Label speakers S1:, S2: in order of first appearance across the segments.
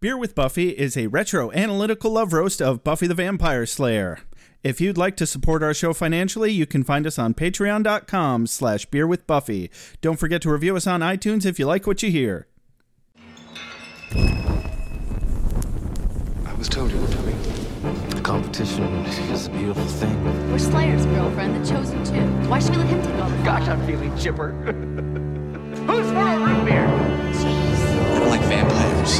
S1: Beer with Buffy is a retro analytical love roast of Buffy the Vampire Slayer. If you'd like to support our show financially, you can find us on patreon.com slash beer with Buffy. Don't forget to review us on iTunes if you like what you hear.
S2: I was told you were coming.
S3: Competition is a beautiful thing.
S4: We're Slayer's girlfriend, the chosen two. Why should we let him take all the fun?
S5: Gosh, I'm feeling chipper. Who's for a root beer?
S4: Jeez.
S3: I don't like vampires.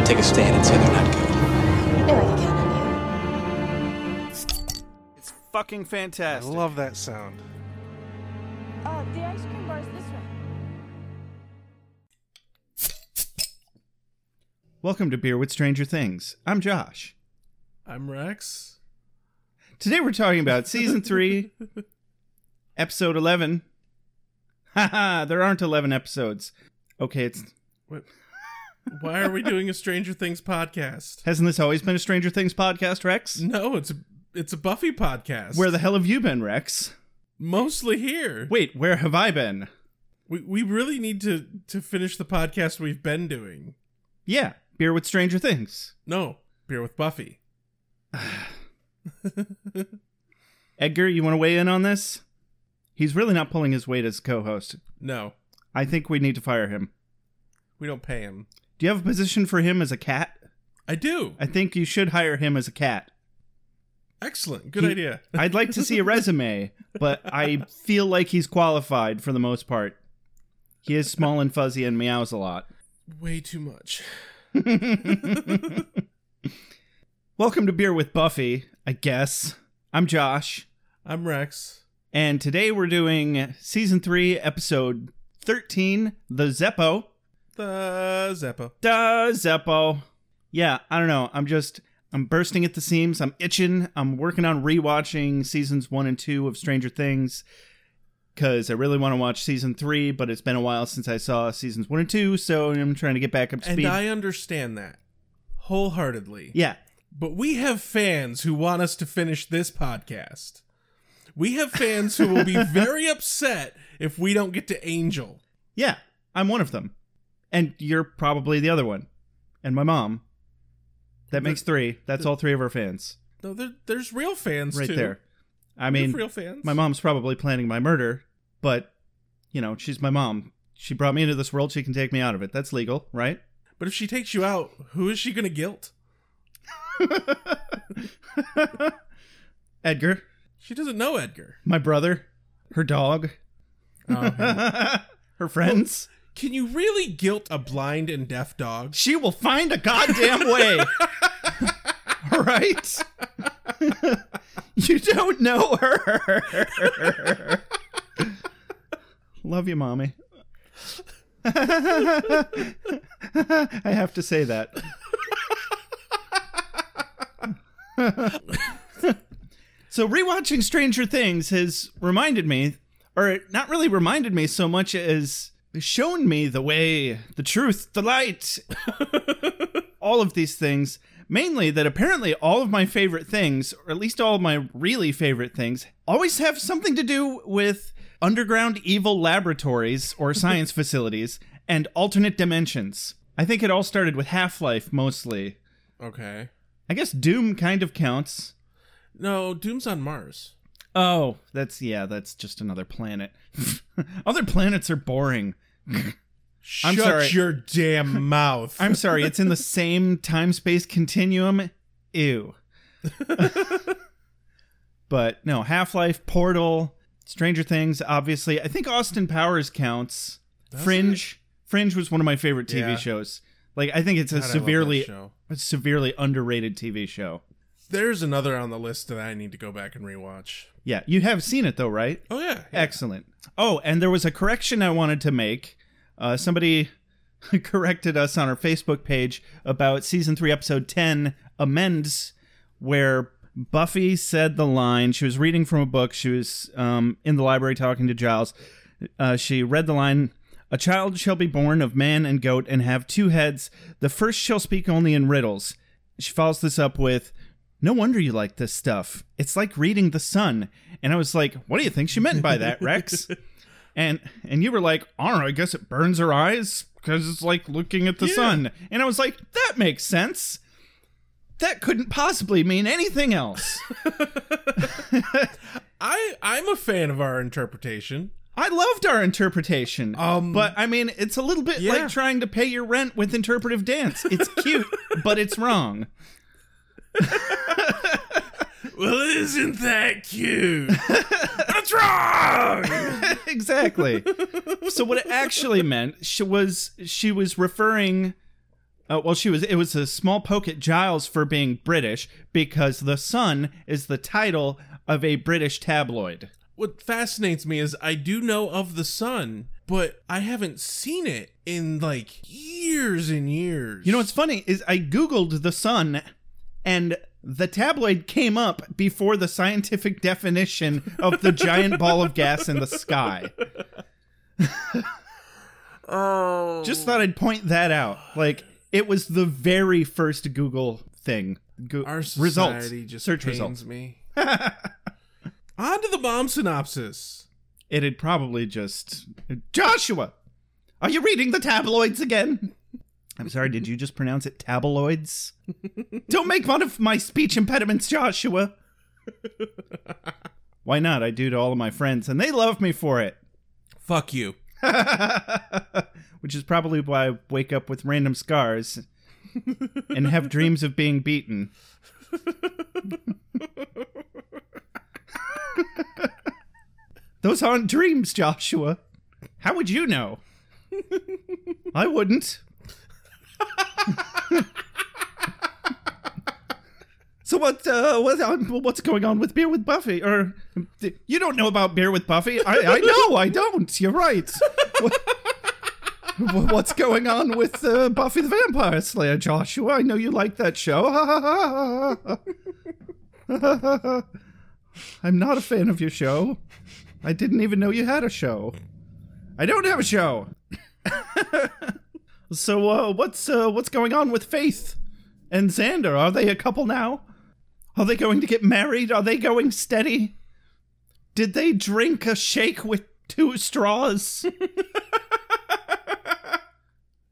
S3: You take a stand and say they're not good.
S4: I feel like I count on you.
S1: It's fucking fantastic.
S2: Love that sound.
S6: Uh, the ice cream bar is this way.
S1: Welcome to Beer with Stranger Things. I'm Josh.
S7: I'm Rex.
S1: Today we're talking about season three, episode 11. Haha, there aren't 11 episodes. Okay, it's
S7: What? Why are we doing a Stranger Things podcast?
S1: hasn't this always been a Stranger Things podcast, Rex?
S7: No, it's a it's a Buffy podcast.
S1: Where the hell have you been, Rex?
S7: mostly here.
S1: Wait, where have I been?
S7: We we really need to to finish the podcast we've been doing.
S1: Yeah, Beer with Stranger Things.
S7: No, beer with Buffy.
S1: Edgar, you want to weigh in on this? He's really not pulling his weight as co host.
S7: No,
S1: I think we need to fire him.
S7: we don't pay him.
S1: Do you have a position for him as a cat?
S7: I do.
S1: I think you should hire him as a cat.
S7: Excellent. Good
S1: He-
S7: idea.
S1: I'd like to see a resume, but I feel like he's qualified for the most part. He is small and fuzzy and meows a lot.
S7: Way too much.
S1: Welcome to Beer with Buffy, I guess. I'm Josh,
S7: I'm Rex.
S1: and today we're doing season 3, episode 13, The Zeppo.
S7: The Zeppo.
S1: Da Zeppo. Yeah, I don't know. I'm just I'm bursting at the seams. I'm itching. I'm working on rewatching seasons one and two of Stranger Things because I really want to watch season three, but it's been a while since I saw seasons one and two, so I'm trying to get back up to
S7: And
S1: speed.
S7: I understand that wholeheartedly.
S1: yeah,
S7: But we have fans who want us to finish this podcast. We have fans who will be very upset if we don't get to Angel.
S1: yeah, I'm one of them, and you're probably the other one, and my mom. That makes three. That's all three of our fans
S7: No, there, there's real fans
S1: right
S7: too.
S1: there. I
S7: We have
S1: mean,
S7: real fans.
S1: My mom's probably planning my murder, but you know, she's my mom. She brought me into this world, she can take me out of it. That's legal, right?
S7: But if she takes you out, who is she going to guilt?
S1: Edgar,
S7: She doesn't know Edgar.
S1: my brother, her dog, her friends.
S7: Can you really guilt a blind and deaf dog?
S1: She will find a goddamn way. All right? you don't know her. Love you, mommy. I have to say that. so rewatching Stranger Things has reminded me or not really reminded me so much as shown me the way, the truth, the light, all of these things. Mainly that apparently all of my favorite things, or at least all of my really favorite things, always have something to do with underground evil laboratories or science facilities and alternate dimensions. I think it all started with Half Life mostly.
S7: Okay.
S1: I guess Doom kind of counts.
S7: No, Doom's on Mars.
S1: Oh, that's, yeah, that's just another planet. Other planets are boring. I'm
S7: Shut
S1: sorry.
S7: your damn mouth.
S1: I'm sorry, it's in the same time space continuum. Ew. but no, Half Life, Portal, Stranger Things, obviously. I think Austin Powers counts. Fringe. Fringe was one of my favorite TV
S7: Yeah.
S1: shows. Like I think it's a
S7: God, I love that
S1: severely
S7: show.
S1: a severely underrated TV show.
S7: There's another on the list that I need to go back and rewatch.
S1: Yeah, you have seen it though, right?
S7: Oh yeah.
S1: Excellent. Oh, and there was a correction I wanted to make. Uh, somebody corrected us on our Facebook page about season three, episode 10, Amends, where Buffy said the line. She was reading from a book. She was um, in the library talking to Giles. Uh, she read the line A child shall be born of man and goat and have two heads. The first shall speak only in riddles. She follows this up with. No wonder you like this stuff. It's like reading the sun. And I was like, what do you think she meant by that, Rex? and and you were like, I don't know, I guess it burns her eyes. because it's like looking at the
S7: Yeah.
S1: sun. And I was like, that makes sense. That couldn't possibly mean anything else.
S7: I I'm a fan of our interpretation.
S1: I loved our interpretation.
S7: Um,
S1: but I mean, it's a little bit
S7: yeah.
S1: like trying to pay your rent with interpretive dance. It's cute, but it's wrong.
S7: Well, isn't that cute? That's wrong.
S1: exactly. so what it actually meant she was she was referring. Uh, well, she was. It was a small poke at Giles for being British because the Sun is the title of a British tabloid.
S7: What fascinates me is I do know of the sun, but I haven't seen it in like years and years.
S1: You know what's funny is I googled the Sun, and the tabloid came up before the scientific definition of the giant ball of gas in the sky.
S7: Oh.
S1: Just thought I'd point that out. Like it was the very first Google thing. Go-
S7: Our
S1: results.
S7: society just
S1: search
S7: pains
S1: results.
S7: me. On to the bomb synopsis.
S1: It had probably just Joshua. Are you reading the tabloids again? I'm sorry. Did you just pronounce it tabloids? Don't make fun of my speech impediments, Joshua. Why not? I do to all of my friends, and they love me for it.
S7: Fuck you.
S1: Which is probably why I wake up with random scars and have dreams of being beaten. Those aren't dreams, Joshua. How would you know? I wouldn't. so what? Uh, what? um, what's going on with Beer with Buffy? Or you don't know about Beer with Buffy? I, I know. I don't. You're right. What- wh- What's going on with uh, Buffy the Vampire Slayer, Joshua? I know you like that show. I'm not a fan of your show. I didn't even know you had a show. I don't have a show. so uh, what's uh, what's going on with Faith and Xander? Are they a couple now? Are they going to get married? Are they going steady? Did they drink a shake with two straws?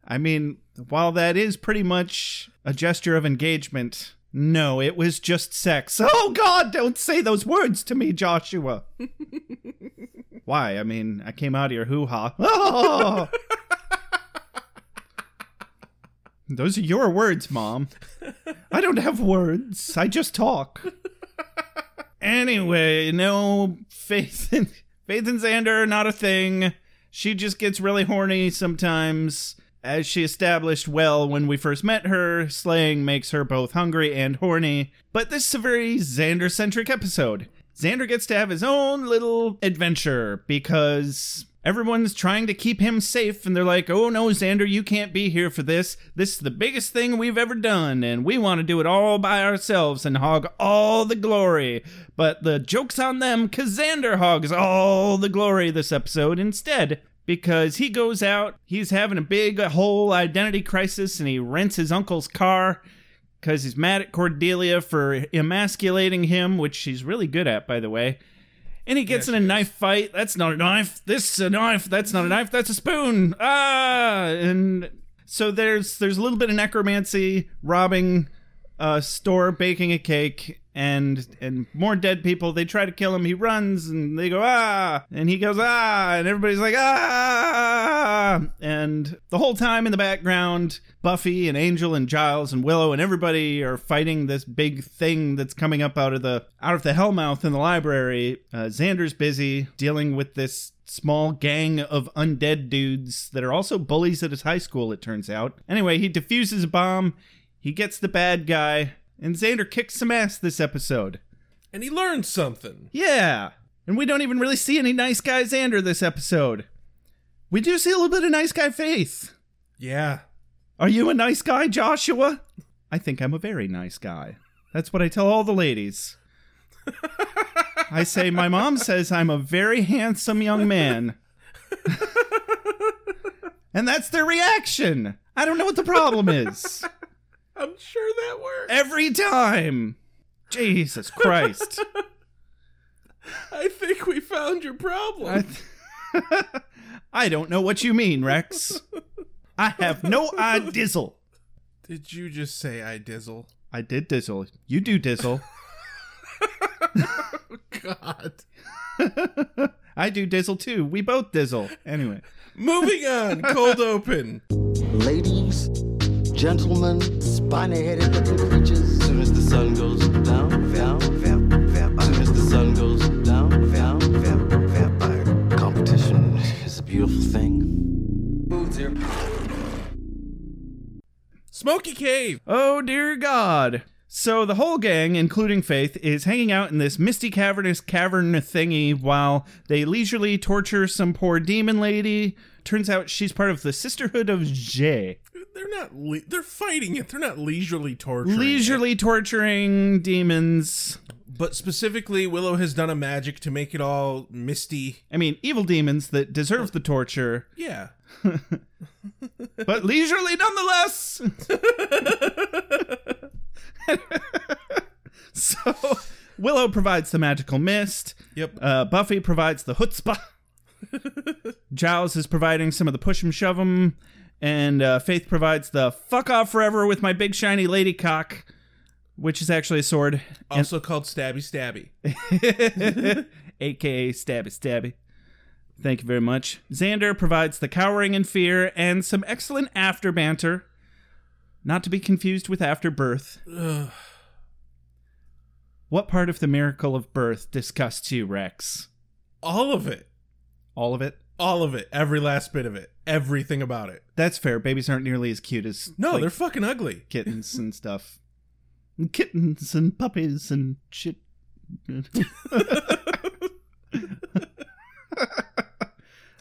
S1: I mean, while that is pretty much a gesture of engagement, no, it was just sex. Oh God, don't say those words to me, Joshua. Why? I mean, I came out of your hoo ha. Oh! Those are your words, Mom. I don't have words. I just talk. Anyway, no Faith and Faith and Xander are not a thing. She just gets really horny sometimes. As she established well when we first met her, slaying makes her both hungry and horny. But this is a very Xander centric episode. Xander gets to have his own little adventure because everyone's trying to keep him safe and they're like, oh no, Xander, you can't be here for this. This is the biggest thing we've ever done and we want to do it all by ourselves and hog all the glory. But the joke's on them because Xander hogs all the glory this episode instead. Because he goes out, he's having a big uh, whole identity crisis and he rents his uncle's car because he's mad at Cordelia for emasculating him, which she's really good at, by the way. And he gets in a knife fight. That's not a knife. This is a knife. That's not a knife. That's a spoon. Ah, and so there's there's a little bit of necromancy, robbing a store, baking a cake, and and more dead people. They try to kill him. He runs, and they go ah, and he goes ah, and everybody's like ah, and the whole time in the background, Buffy and Angel and Giles and Willow and everybody are fighting this big thing that's coming up out of the out of the Hellmouth in the library. Uh, Xander's busy dealing with this small gang of undead dudes that are also bullies at his high school. It turns out. Anyway, he defuses a bomb. He gets the bad guy, and Xander kicks some ass this episode.
S7: And he learned something.
S1: Yeah. And we don't even really see any nice guy Xander this episode. We do see a little bit of nice guy Faith.
S7: Yeah.
S1: Are you a nice guy, Joshua? I think I'm a very nice guy. That's what I tell all the ladies. I say, my mom says I'm a very handsome young man. and that's their reaction. I don't know what the problem is.
S7: I'm sure that worked.
S1: Every time. Jesus Christ.
S7: I think we found your problem.
S1: I, th- I don't know what you mean, Rex. I have no I dizzle.
S7: Did you just say I dizzle?
S1: I did dizzle. You do dizzle.
S7: God.
S1: I do dizzle too. We both dizzle. Anyway.
S7: Moving on. Cold open.
S2: Ladies, gentlemen, spiny headed looking creatures. Soon as the sun goes down, down, down, down. Soon as the sun goes down, down, down, vampire. Competition is a beautiful thing. Boots here.
S7: Smoky Cave.
S1: Oh dear God. So the whole gang, including Faith, is hanging out in this misty cavernous cavern thingy while they leisurely torture some poor demon lady. Turns out she's part of the Sisterhood of J.
S7: They're not. Le- they're fighting it. They're not leisurely torturing. it.
S1: Leisurely torturing demons.
S7: But specifically, Willow has done a magic to make it all misty.
S1: I mean, evil demons that deserve the torture,
S7: Yeah.
S1: but leisurely nonetheless. so Willow provides the magical mist.
S7: Yep.
S1: Uh, Buffy provides the chutzpah. Giles is providing some of the push 'em shove 'em, and uh, Faith provides the fuck off forever with my big shiny lady cock, which is actually a sword,
S7: also called Stabby Stabby.
S1: aka stabby stabby. Thank you very much. Xander provides the cowering in fear and some excellent after banter, not to be confused with afterbirth. What part of the miracle of birth disgusts you, Rex?
S7: All of it.
S1: All of it.
S7: All of it. Every last bit of it. Everything about it.
S1: That's fair. Babies aren't nearly as cute as
S7: No,
S1: like,
S7: they're fucking ugly.
S1: kittens and stuff. And kittens and puppies and shit.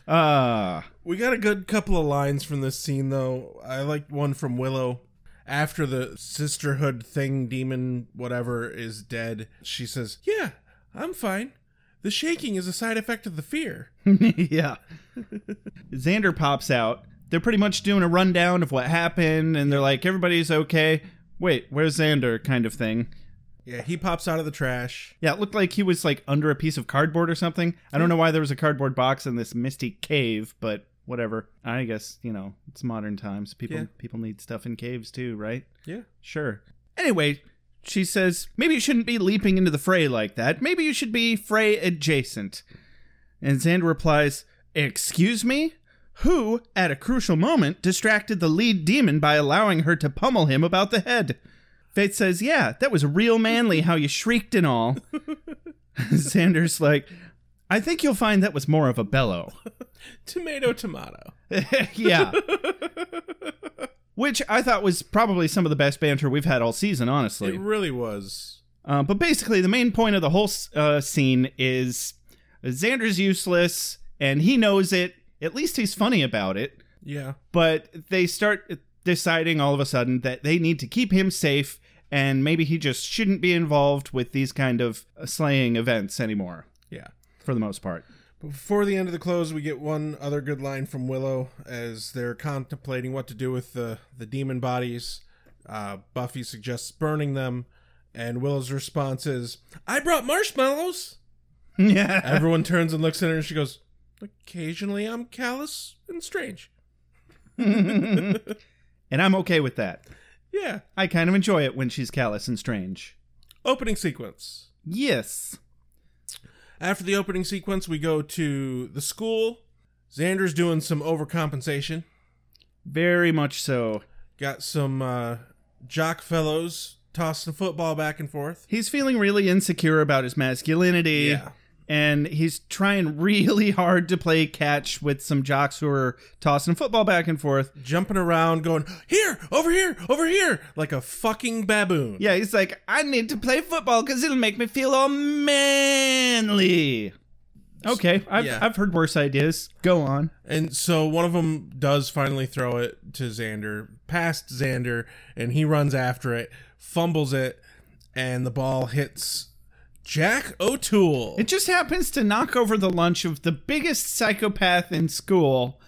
S1: Ah,
S7: We got a good couple of lines from this scene, though. I like one from Willow. After the sisterhood thing, demon, whatever, is dead, she says, Yeah, I'm fine. The shaking is a side effect of the fear.
S1: yeah. Xander pops out. They're pretty much doing a rundown of what happened, and they're like, "Everybody's okay." Wait, where's Xander? Kind of thing.
S7: Yeah, he pops out of the trash.
S1: Yeah, it looked like he was like under a piece of cardboard or something. I don't know why there was a cardboard box in this misty cave, but whatever. I guess you know it's modern times. People
S7: Yeah.
S1: people need stuff in caves too, right?
S7: Yeah.
S1: Sure. Anyway, she says maybe you shouldn't be leaping into the fray like that. Maybe you should be fray adjacent. And Xander replies, "Excuse me." Who, at a crucial moment, distracted the lead demon by allowing her to pummel him about the head? Faith says, Yeah, that was real manly how you shrieked and all. Xander's like, I think you'll find that was more of a bellow.
S7: Tomato, tomato.
S1: yeah. Which I thought was probably some of the best banter we've had all season, honestly.
S7: It really was.
S1: Uh, but basically, the main point of the whole s- uh, scene is Xander's useless, and he knows it. At least he's funny about it
S7: Yeah.
S1: but they start deciding all of a sudden that they need to keep him safe and maybe he just shouldn't be involved with these kind of slaying events anymore
S7: Yeah.
S1: for the most part
S7: Before the end of the close, we get one other good line from Willow as they're contemplating what to do with the, the demon bodies. Uh, Buffy suggests burning them, and Willow's response is, I brought marshmallows.
S1: yeah
S7: Everyone turns and looks at her, and she goes, Occasionally I'm callous and strange.
S1: and i'm okay with that
S7: Yeah.
S1: i kind of enjoy it when she's callous and strange
S7: Opening sequence.
S1: yes
S7: After the opening sequence, we go to the school. Xander's doing some overcompensation.
S1: very much so
S7: Got some uh, jock fellows tossing football back and forth.
S1: he's feeling really insecure about his masculinity
S7: Yeah.
S1: and he's trying really hard to play catch with some jocks who are tossing football back and forth
S7: jumping around going here over here over here like a fucking baboon
S1: Yeah, he's like, I need to play football because it'll make me feel all manly. Okay, I've,
S7: Yeah.
S1: I've heard worse ideas. Go on.
S7: and so one of them does finally throw it to xander past xander and he runs after it fumbles it and the ball hits jack o'toole
S1: It just happens to knock over the lunch of the biggest psychopath in school.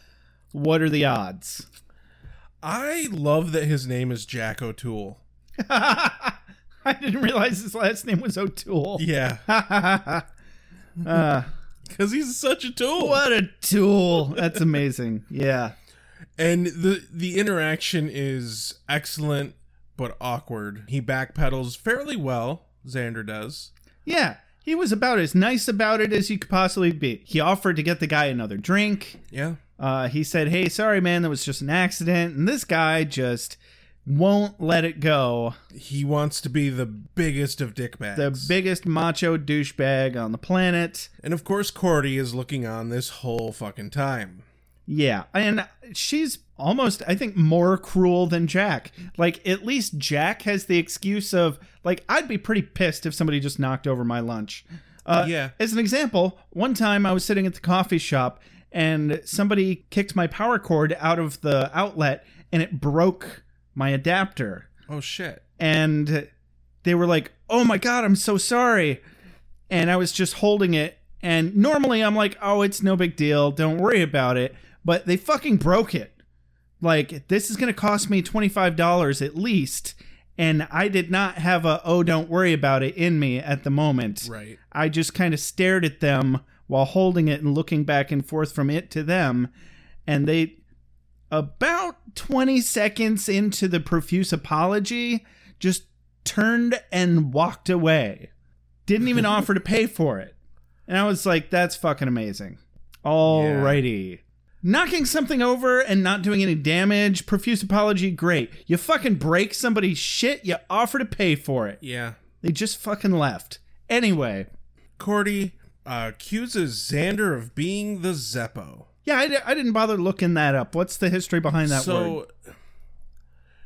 S1: What are the odds?
S7: i love that his name is jack o'toole
S1: I didn't realize his last name was O'Toole.
S7: yeah because he's such a tool
S1: What a tool. That's amazing. Yeah.
S7: And the the interaction is excellent but awkward. He backpedals fairly well, Xander does.
S1: Yeah, he was about as nice about it as you could possibly be. He offered to get the guy another drink.
S7: Yeah.
S1: Uh, he said, "Hey, sorry, man, that was just an accident." And this guy just won't let it go.
S7: He wants to be the biggest of dickbags.
S1: The biggest macho douchebag on the planet.
S7: and of course Cordy is looking on this whole fucking time.
S1: Yeah, and she's almost, I think, more cruel than Jack. Like, at least Jack has the excuse of, like, I'd be pretty pissed if somebody just knocked over my lunch. Uh,
S7: Yeah.
S1: As an example, one time I was sitting at the coffee shop and somebody kicked my power cord out of the outlet and it broke my adapter.
S7: Oh shit.
S1: And they were like, oh my God, I'm so sorry. And I was just holding it. And normally I'm like, oh, it's no big deal. Don't worry about it. But they fucking broke it. Like, this is going to cost me $25 at least. And I did not have a, oh, don't worry about it in me at the moment.
S7: Right.
S1: I just kind of stared at them while holding it and looking back and forth from it to them. And they, about 20 seconds into the profuse apology, just turned and walked away. Didn't even offer to pay for it. And I was like, that's fucking amazing. Alrighty. Knocking something over and not doing any damage, profuse apology, great. You fucking break somebody's shit, you offer to pay for it.
S7: Yeah.
S1: They just fucking left. Anyway,
S7: Cordy uh, accuses Xander of being the Zeppo.
S1: yeah, I, di- I didn't bother looking that up. What's the history behind that
S7: so,
S1: word?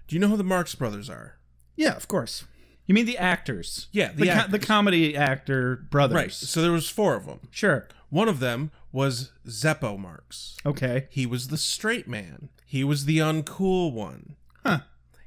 S7: do you know who the Marx Brothers are?
S1: Yeah, of course. You mean the actors?
S7: Yeah, the
S1: the, co-
S7: actors.
S1: the comedy actor brothers.
S7: Right. So there was four of them.
S1: Sure.
S7: One of them was Zeppo Marx.
S1: Okay.
S7: He was the straight man. He was the uncool one.
S1: Huh.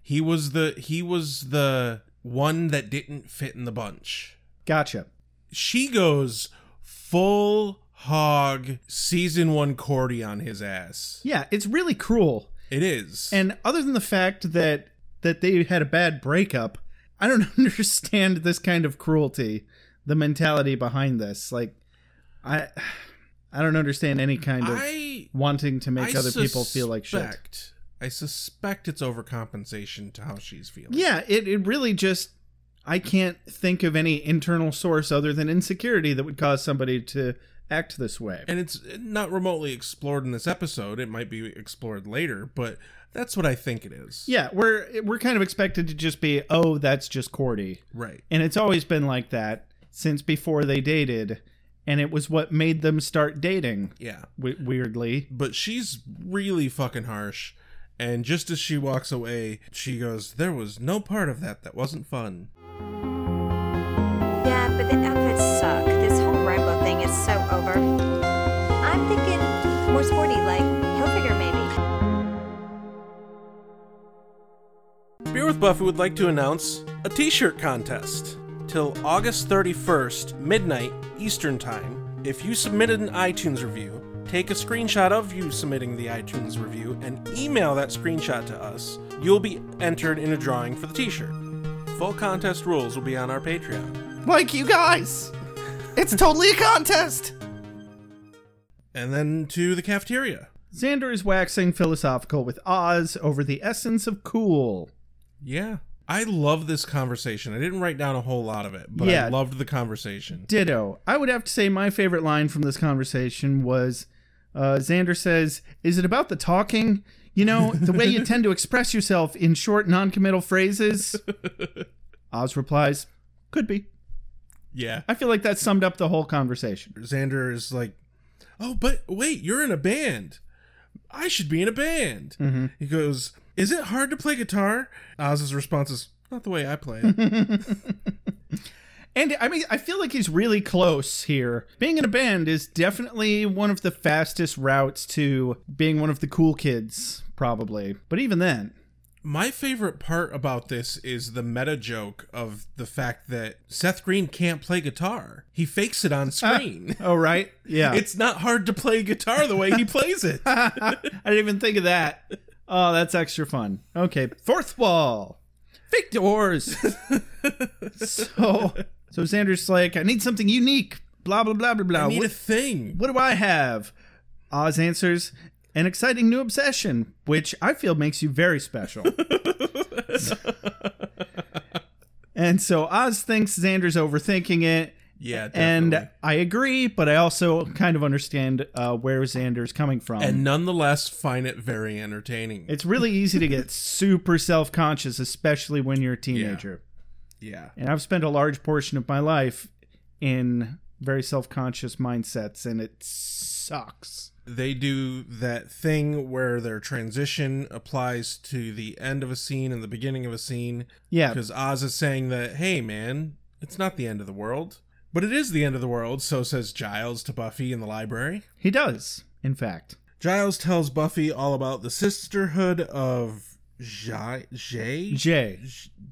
S7: He was the he was the one that didn't fit in the bunch.
S1: Gotcha.
S7: She goes full hog season 1 Cordy on his ass.
S1: Yeah, it's really cruel.
S7: It is.
S1: And other than the fact that that they had a bad breakup, I don't understand this kind of cruelty, the mentality behind this. Like, I, I don't understand any kind of
S7: I
S1: wanting to make
S7: I
S1: other people feel like shit.
S7: suspect- I suspect it's overcompensation to how she's feeling.
S1: Yeah, it, it really just I can't think of any internal source other than insecurity that would cause somebody to act this way.
S7: And it's not remotely explored in this episode. It might be explored later, but that's what I think it is.
S1: yeah, we're we're kind of expected to just be, oh, that's just Cordy.
S7: Right.
S1: And it's always been like that since before they dated, and it was what made them start dating.
S7: Yeah.
S1: We- weirdly.
S7: But she's really fucking harsh. And just as she walks away, she goes, There was no part of that that wasn't fun.
S8: Yeah, but the outfits suck. This whole rainbow thing is so over. I'm thinking more sporty, like Hilfiger maybe.
S7: Beer with Buffy would like to announce a t shirt contest. Till August 31st, midnight Eastern Time, if you submitted an iTunes review, take a screenshot of you submitting the iTunes review and email that screenshot to us, you'll be entered in a drawing for the t shirt. Full contest rules will be on our Patreon.
S9: Like you guys! It's totally a contest!
S7: And then to the cafeteria.
S1: Xander is waxing philosophical with Oz over the essence of cool.
S7: Yeah. I love this conversation. I didn't write down a whole lot of it, but I
S1: Yeah.
S7: loved the conversation.
S1: Ditto. I would have to say my favorite line from this conversation was uh, Xander says, Is it about the talking? You know, the way you tend to express yourself in short, non committal phrases? Oz replies, Could be.
S7: Yeah.
S1: I feel like that summed up the whole conversation.
S7: Xander is like, "Oh, but wait, you're in a band. I should be in a band."
S1: Mm-hmm.
S7: He goes, "Is it hard to play guitar?" Oz's response is, "Not the way I play it."
S1: And I mean, I feel like he's really close here. Being in a band is definitely one of the fastest routes to being one of the cool kids, probably. But even then,
S7: My favorite part about this is the meta joke of the fact that Seth Green can't play guitar. He fakes it on screen.
S1: oh, right? Yeah.
S7: It's not hard to play guitar the way he plays it.
S1: I didn't even think of that. Oh, that's extra fun. Okay, fourth wall, fake doors. so, so Xander's like, I need something unique. Blah blah blah blah blah.
S7: I need
S1: What,
S7: a thing.
S1: what do I have? Oz answers, an exciting new obsession, which I feel makes you very special. and so Oz thinks Xander's overthinking it.
S7: Yeah,
S1: And
S7: definitely.
S1: I agree, but I also kind of understand uh, where Xander's coming from.
S7: and nonetheless find it very entertaining.
S1: it's really easy to get super self conscious, especially when you're a teenager.
S7: yeah,
S1: And I've spent a large portion of my life in very self conscious mindsets, and it sucks.
S7: they do that thing where their transition applies to the end of a scene and the beginning of a scene.
S1: Yeah.
S7: because Oz is saying that, hey, man, it's not the end of the world, but it is the end of the world. So says Giles to Buffy in the library.
S1: He does, in fact.
S7: Giles tells Buffy all about the sisterhood of Jai Jay
S1: Jay.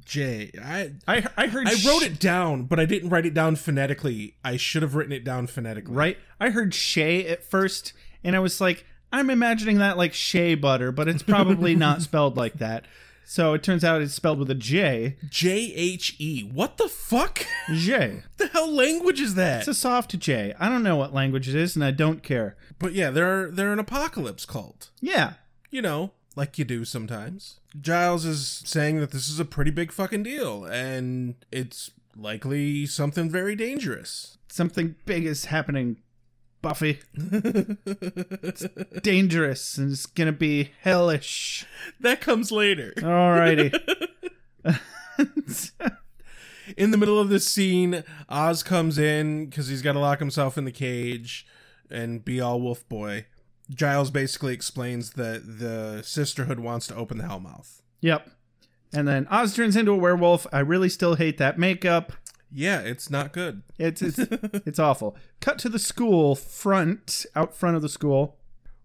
S7: Jay. I
S1: I, I heard
S7: I wrote
S1: sh-
S7: it down, but I didn't write it down phonetically. I should have written it down phonetically.
S1: right. I heard Shay at first, and I was like, I'm imagining that like Shea butter, but it's probably not spelled like that. So it turns out it's spelled with a J.
S7: J H E. What the fuck?
S1: J.
S7: the hell language is that?
S1: It's a soft J. I don't know what language it is, and I don't care.
S7: But yeah, they're they're an apocalypse cult.
S1: Yeah.
S7: you know, like you do sometimes. Giles is saying that this is a pretty big fucking deal and it's likely something very dangerous.
S1: Something big is happening, Buffy. it's dangerous, and it's going to be hellish.
S7: That comes later.
S1: Alrighty.
S7: In the middle of this scene, Oz comes in because he's got to lock himself in the cage and be all wolf boy. Giles basically explains that the sisterhood wants to open the Hellmouth.
S1: yep. And then Oz turns into a werewolf. I really still hate that makeup.
S7: Yeah, it's not good.
S1: It's it's it's awful. Cut to the school front, out front of the school.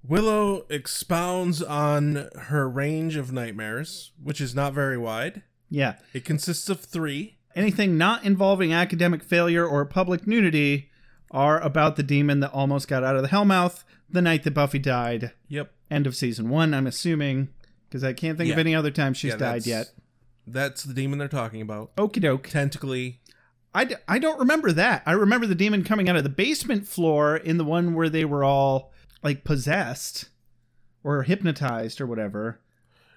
S7: Willow expounds on her range of nightmares, which is not very wide.
S1: Yeah.
S7: It consists of three.
S1: Anything not involving academic failure or public nudity are about the demon that almost got out of the Hellmouth the night that Buffy died.
S7: Yep.
S1: End of season one, I'm assuming, because I can't think of
S7: Yeah.
S1: any other time she's
S7: Yeah,
S1: died
S7: that's-
S1: yet.
S7: That's the demon they're talking about.
S1: Okie doke.
S7: Tentacly.
S1: I, d- I don't remember that. I remember the demon coming out of the basement floor in the one where they were all like possessed or hypnotized or whatever.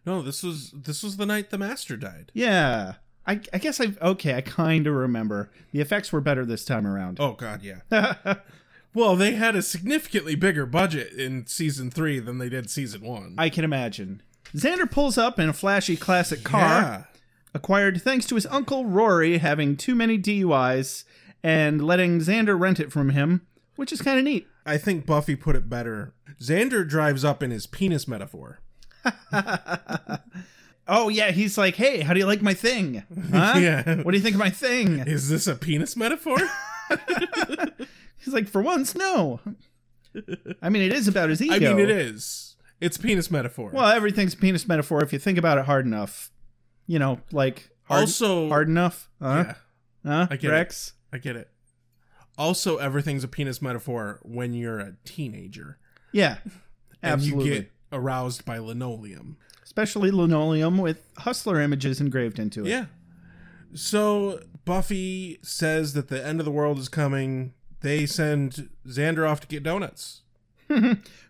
S7: No, this was this was the night the master died.
S1: Yeah. I, I guess I okay. I kind of remember the effects were better this time around.
S7: Oh god, yeah. Well, they had a significantly bigger budget in season three than they did season one.
S1: I can imagine. Xander pulls up in a flashy classic car
S7: Yeah.
S1: acquired thanks to his uncle Rory having too many DUIs and letting Xander rent it from him, which is kind of neat.
S7: I think Buffy put it better. Xander drives up in his penis metaphor.
S1: Oh yeah, he's like, "Hey, how do you like my thing? Huh?
S7: Yeah.
S1: What do you think of my thing?"
S7: Is this a penis metaphor?
S1: He's like, "For once, no." I mean, it is about his ego.
S7: I mean, it is. It's penis metaphor.
S1: Well, everything's a penis metaphor if you think about it hard enough. You know, like hard,
S7: Also-
S1: hard enough. Huh?
S7: Yeah,
S1: Huh?
S7: I get it.
S1: Rex.
S7: I get it. Also, everything's a penis metaphor when you're a teenager.
S1: Yeah,
S7: And
S1: absolutely.
S7: you get aroused by linoleum.
S1: Especially linoleum with hustler images engraved into it.
S7: Yeah. So Buffy says that the end of the world is coming. They send Xander off to get donuts.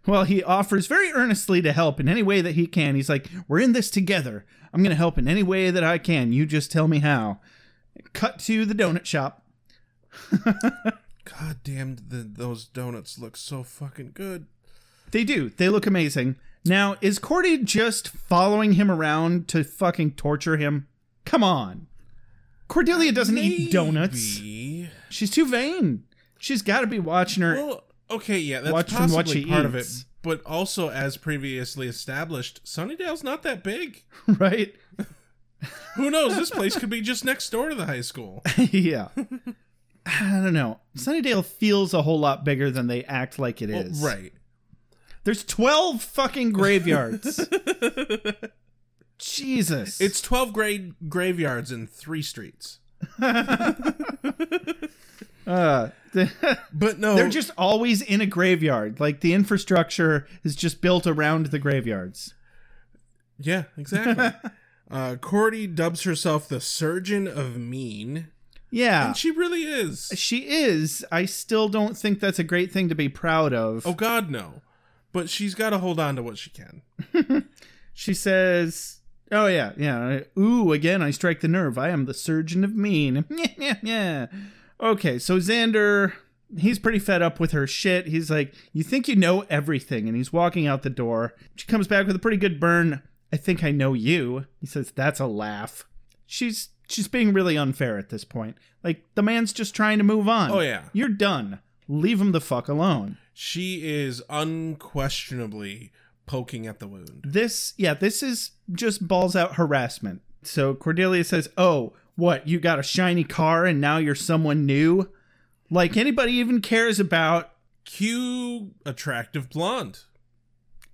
S1: Well, he offers very earnestly to help in any way that he can. He's like, "We're in this together. I'm going to help in any way that I can. You just tell me how." Cut to the donut shop.
S7: God damn, the, those donuts look so fucking good.
S1: They do. They look amazing. Now, is Cordy just following him around to fucking torture him? Come on. Cordelia doesn't eat donuts.
S7: Maybe.
S1: She's too vain. She's got to be watching her.
S7: Well, okay, yeah, that's
S1: Watch from
S7: possibly
S1: what she
S7: part of it.
S1: eats.
S7: But also, as previously established, Sunnydale's not that big.
S1: right?
S7: Who knows? This place could be just next door to the high school.
S1: yeah. I don't know. Sunnydale feels a whole lot bigger than they act like it
S7: Well,
S1: is.
S7: right.
S1: There's 12 fucking graveyards. Jesus.
S7: It's 12 grade graveyards in three streets.
S1: uh,
S7: But no.
S1: they're just always in a graveyard. Like the infrastructure is just built around the graveyards.
S7: Yeah, exactly. uh, Cordy dubs herself the surgeon of mean,
S1: Yeah.
S7: and she really is.
S1: She is. I still don't think that's a great thing to be proud of.
S7: Oh God, no! but she's got to hold on to what she can.
S1: She says, "Oh yeah, yeah. Ooh, again, I strike the nerve. I am the surgeon of mean." yeah, yeah. Okay, so Xander, he's pretty fed up with her shit. He's like, "You think you know everything," and he's walking out the door. She comes back with a pretty good burn. I think I know you. He says, "That's a laugh." She's she's being really unfair at this point. Like the man's just trying to move on.
S7: Oh, yeah.
S1: you're done. Leave him the fuck alone.
S7: She is unquestionably poking at the wound.
S1: this yeah this is just balls out harassment so cordelia says oh what you got a shiny car and now you're someone new like anybody even cares about
S7: Cue attractive blonde.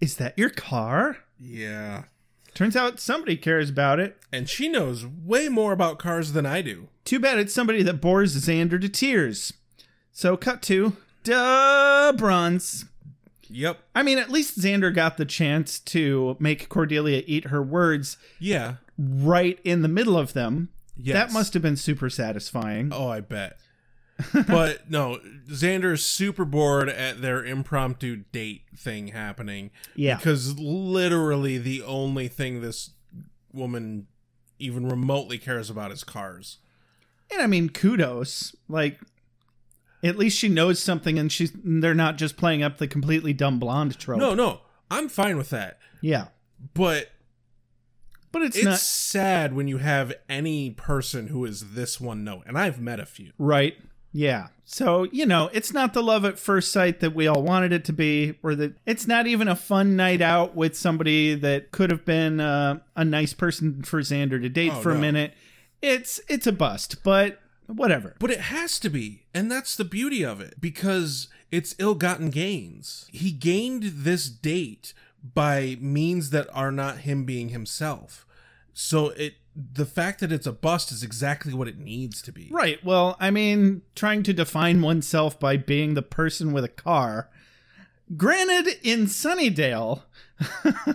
S1: is that your car
S7: Yeah.
S1: turns out somebody cares about it
S7: And she knows way more about cars than I do.
S1: too bad it's somebody that bores xander to tears so cut to duh bronze
S7: Yep.
S1: i mean at least xander got the chance to make cordelia eat her words
S7: Yeah.
S1: right in the middle of them
S7: Yes.
S1: that must have been super satisfying
S7: Oh, I bet. but no, Xander is super bored at their impromptu date thing happening.
S1: Yeah.
S7: Because literally the only thing this woman even remotely cares about is cars.
S1: And I mean, kudos. Like, at least she knows something, and she's—they're not just playing up the completely dumb blonde trope.
S7: No, no. I'm fine with that.
S1: yeah,
S7: But
S1: but it's,
S7: it's
S1: not
S7: sad when you have any person who is this one note. And I've met a few.
S1: right. Yeah. So you know, it's not the love at first sight that we all wanted it to be, or that it's not even a fun night out with somebody that could have been uh, a nice person for Xander to date
S7: Oh,
S1: for a
S7: no.
S1: minute. It's it's a bust, but whatever.
S7: But it has to be. And that's the beauty of it because it's ill gotten gains. He gained this date by means that are not him being himself. So it the fact that it's a bust is exactly what it needs to be.
S1: Right. Well, I mean, trying to define oneself by being the person with a car. Granted, in Sunnydale,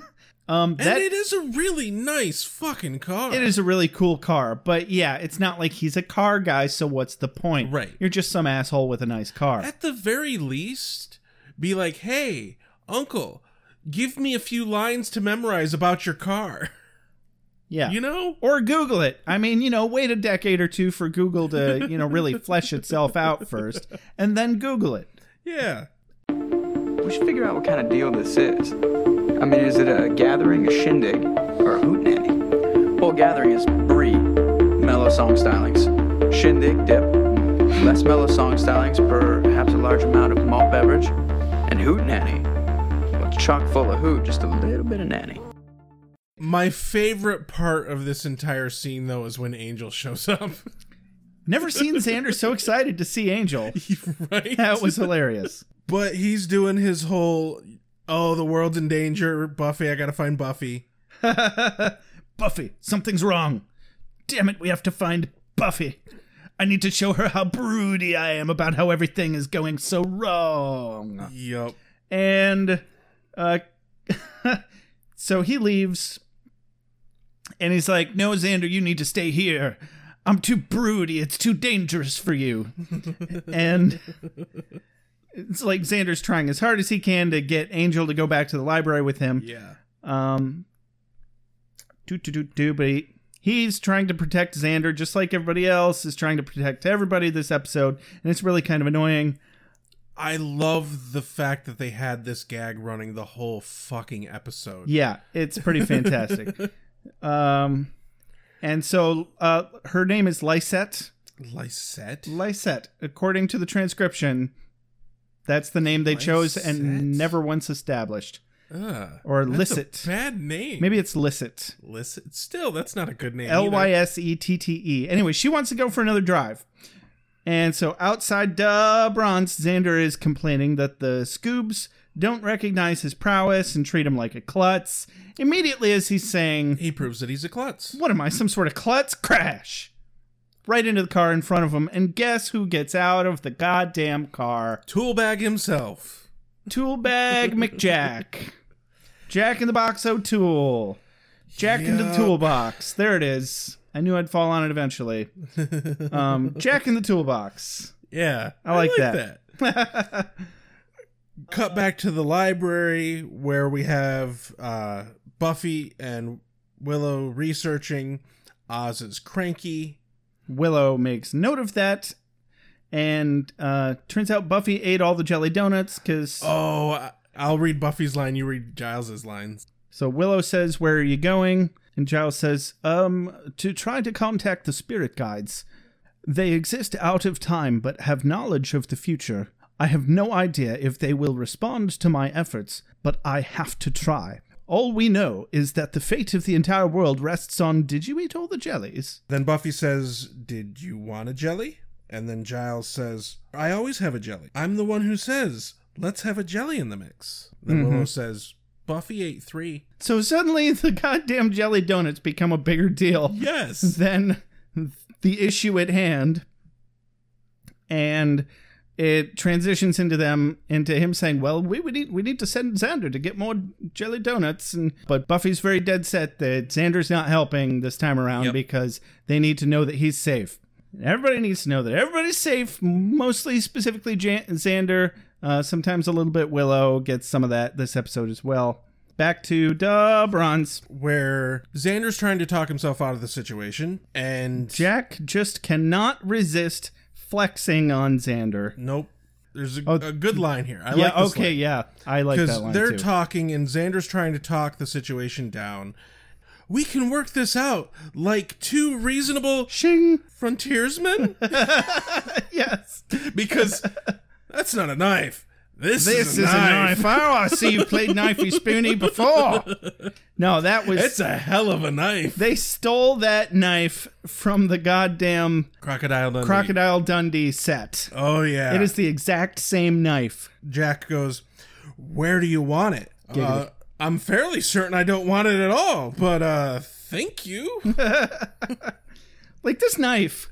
S1: um,
S7: And
S1: that
S7: it is a really nice fucking car.
S1: it is a really cool car, but yeah, it's not like he's a car guy. So what's the point?
S7: Right.
S1: You're just some asshole with a nice car.
S7: At the very least, be like, hey, uncle, give me a few lines to memorize about your car.
S1: yeah.
S7: You know?
S1: or Google it. I mean, you know, wait a decade or two for Google to you know really flesh itself out first, and then Google it.
S7: Yeah.
S10: We should figure out what kind of deal this is. I mean, is it a gathering, a shindig, or a hootenanny? Well, gathering is brie, mellow song stylings. Shindig, dip, less mellow song stylings, perhaps a large amount of malt beverage. And hootenanny, well, chock full of hoot, just a little bit of nanny.
S7: My favorite part of this entire scene, though, is when Angel shows up.
S1: Never seen Sanders so excited to see Angel.
S7: right?
S1: That was hilarious.
S7: But he's doing his whole, oh, the world's in danger. Buffy, I gotta find Buffy.
S1: Buffy, something's wrong. Damn it, we have to find Buffy. I need to show her how broody I am about how everything is going so wrong.
S7: Yup.
S1: And uh so he leaves and he's like, "No, Xander, you need to stay here. I'm too broody. It's too dangerous for you." and it's like Xander's trying as hard as he can to get Angel to go back to the library with him.
S7: Yeah.
S1: Um, do do do do, but he, he's trying to protect Xander just like everybody else is trying to protect everybody this episode, and it's really kind of annoying.
S7: I love the fact that they had this gag running the whole fucking episode.
S1: Yeah, it's pretty fantastic. um, and so uh, her name is Lysette.
S7: Lysette?
S1: Lysette, according to the transcription, that's the name they chose and
S7: Lysette?
S1: never once established.
S7: Ugh,
S1: Or
S7: that's a
S1: Licit.
S7: bad name.
S1: Maybe it's Lysette.
S7: Licit. Still, that's not a good name.
S1: L Y
S7: either.
S1: S E T T E. Anyway, she wants to go for another drive. And so outside the bronze, Xander is complaining that the Scoobs don't recognize his prowess and treat him like a klutz. Immediately, as he's saying,
S7: He proves that he's a klutz.
S1: What am I, some sort of klutz? Crash! Right into the car in front of him. And guess who gets out of the goddamn car?
S7: Toolbag himself.
S1: Toolbag McJack. Jack in the Box O'Toole. Jack into the
S7: Yup.
S1: toolbox. There it is. I knew I'd fall on it eventually. Um, Jack in the toolbox.
S7: Yeah.
S1: I like that.
S7: cut back to the library where we have uh, Buffy and Willow researching. Oz is cranky.
S1: Willow makes note of that, and uh, turns out Buffy ate all the jelly donuts because.
S7: Oh, I- I'll read Buffy's line. You read Giles's lines.
S1: So Willow says, "Where are you going?" And Giles says, "Um, to try to contact the spirit guides. They exist out of time, but have knowledge of the future. I have no idea if they will respond to my efforts, but I have to try. All we know is that the fate of the entire world rests on. Did you eat all the jellies?
S7: Then Buffy says, Did you want a jelly? And then Giles says, I always have a jelly. I'm the one who says, Let's have a jelly in the mix. Then Willow says, Buffy ate three.
S1: So suddenly, the goddamn jelly donuts become a bigger deal.
S7: Yes.
S1: then the issue at hand and it transitions into them into him saying well we would need we need to send xander to get more jelly donuts and but buffy's very dead set that xander's not helping this time around
S7: Yep.
S1: because they need to know that he's safe everybody needs to know that everybody's safe mostly specifically Jan- xander uh, sometimes a little bit willow gets some of that this episode as well back to da bronze
S7: Where Xander's trying to talk himself out of the situation, and
S1: Jack just cannot resist flexing on Xander.
S7: nope. There's a,
S1: Oh.
S7: a good line here. I
S1: yeah,
S7: like this
S1: okay,
S7: line.
S1: yeah. I like that line
S7: they're
S1: too.
S7: talking and Xander's trying to talk the situation down. We can work this out like two reasonable
S1: Shing.
S7: frontiersmen.
S1: Yes.
S7: because that's not a knife. This,
S1: This is a knife. Oh, I see you played knifey spoony before. No, that was
S7: It's a hell of a knife.
S1: they stole that knife from the goddamn
S7: Crocodile Dundee.
S1: Crocodile Dundee set.
S7: Oh yeah.
S1: It is the exact same knife.
S7: Jack goes. Where do you want it? Uh, I'm fairly certain I don't want it at all, but uh, thank you.
S1: Like this knife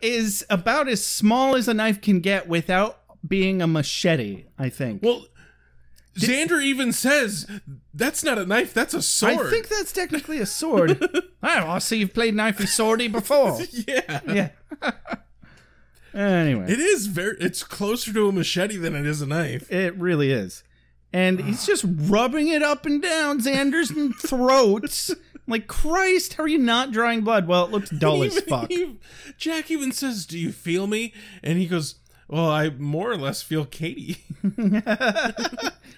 S1: is about as small as a knife can get without being a machete, I think.
S7: well, Xander even says that's not a knife. That's a sword.
S1: I think that's technically a sword. oh, I see you've played knifey swordy before.
S7: yeah.
S1: yeah. anyway,
S7: It is very. It's closer to a machete than it is a knife.
S1: it really is. And he's just rubbing it up and down Xander's throat. like, Christ, how are you not drawing blood? Well, it looks dull as
S7: Even-
S1: fuck.
S7: he- Jack even says, "Do you feel me?" And he goes, "Well, I more or less feel Katie."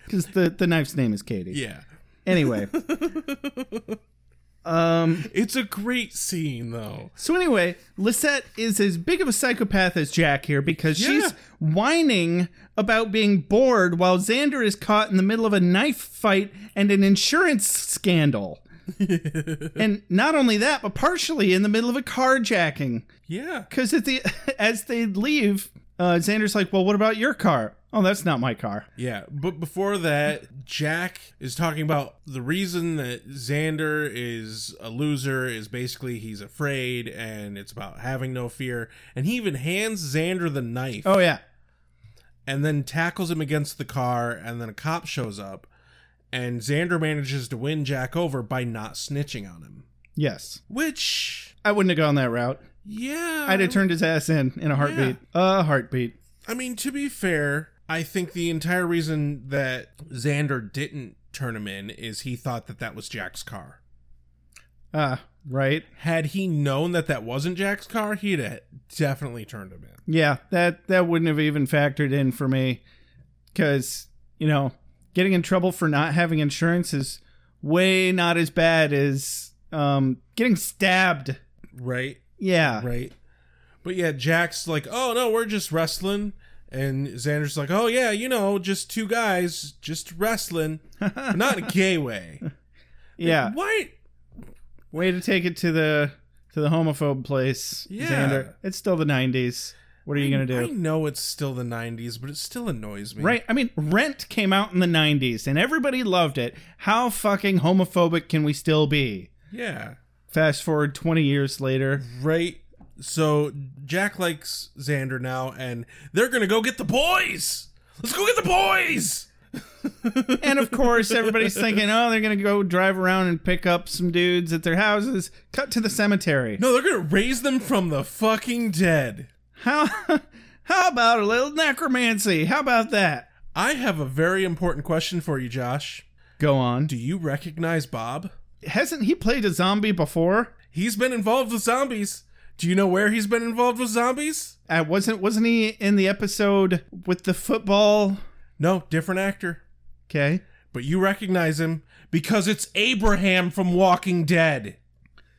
S1: Because the, the knife's name is Katie.
S7: yeah,
S1: Anyway.
S7: it's a great scene though.
S1: So anyway, Lisette is as big of a psychopath as Jack here because
S7: Yeah.
S1: she's whining about being bored while Xander is caught in the middle of a knife fight and an insurance scandal. and not only that, but partially in the middle of a carjacking.
S7: Yeah,
S1: Because at the as they leave, uh, Xander's like, "Well, what about your car? Oh, that's not my car."
S7: yeah. But before that, Jack is talking about the reason that Xander is a loser is basically he's afraid, and it's about having no fear. And he even hands Xander the knife.
S1: Oh yeah,
S7: and then tackles him against the car and then a cop shows up and Xander manages to win Jack over by not snitching on him.
S1: yes.
S7: Which
S1: I wouldn't have gone that route.
S7: yeah.
S1: I'd have turned his ass in in a heartbeat. A heartbeat.
S7: I mean to be fair, I think the entire reason that Xander didn't turn him in is he thought that that was Jack's car.
S1: Ah, right.
S7: Had he known that that wasn't Jack's car, he'd have definitely turned him in.
S1: Yeah, that that wouldn't have even factored in for me cuz you know, getting in trouble for not having insurance is way not as bad as um getting stabbed.
S7: Right?
S1: Yeah.
S7: Right. But yeah, Jack's like, oh no, we're just wrestling. And Xander's like, oh yeah, you know, just two guys, just wrestling. But not in a gay way.
S1: Yeah.
S7: Why?
S1: Way to take it to the to the homophobe place,
S7: Yeah.
S1: Xander. It's still the 90s. What are you going to
S7: I
S1: do?
S7: know it's still the 90s, but it still annoys me.
S1: Right? I mean, Rent came out in the 90s and everybody loved it. How fucking homophobic can we still be?
S7: Yeah.
S1: Fast forward 20 years later.
S7: Right. So Jack likes Xander now, and they're going to go get the boys. Let's go get the boys.
S1: And of course, everybody's thinking, oh, they're going to go drive around and pick up some dudes at their houses. Cut to the cemetery.
S7: No, they're going to raise them from the fucking dead.
S1: How, how about a little necromancy? How about that?
S7: I have a very important question for you, Josh.
S1: Go on.
S7: Do you recognize Bob?
S1: Hasn't he played a zombie before?
S7: He's been involved with zombies. Do you know where he's been involved with zombies?
S1: Uh, wasn't wasn't he in the episode with the football?
S7: No, different actor.
S1: Okay.
S7: But you recognize him because it's Abraham from Walking Dead.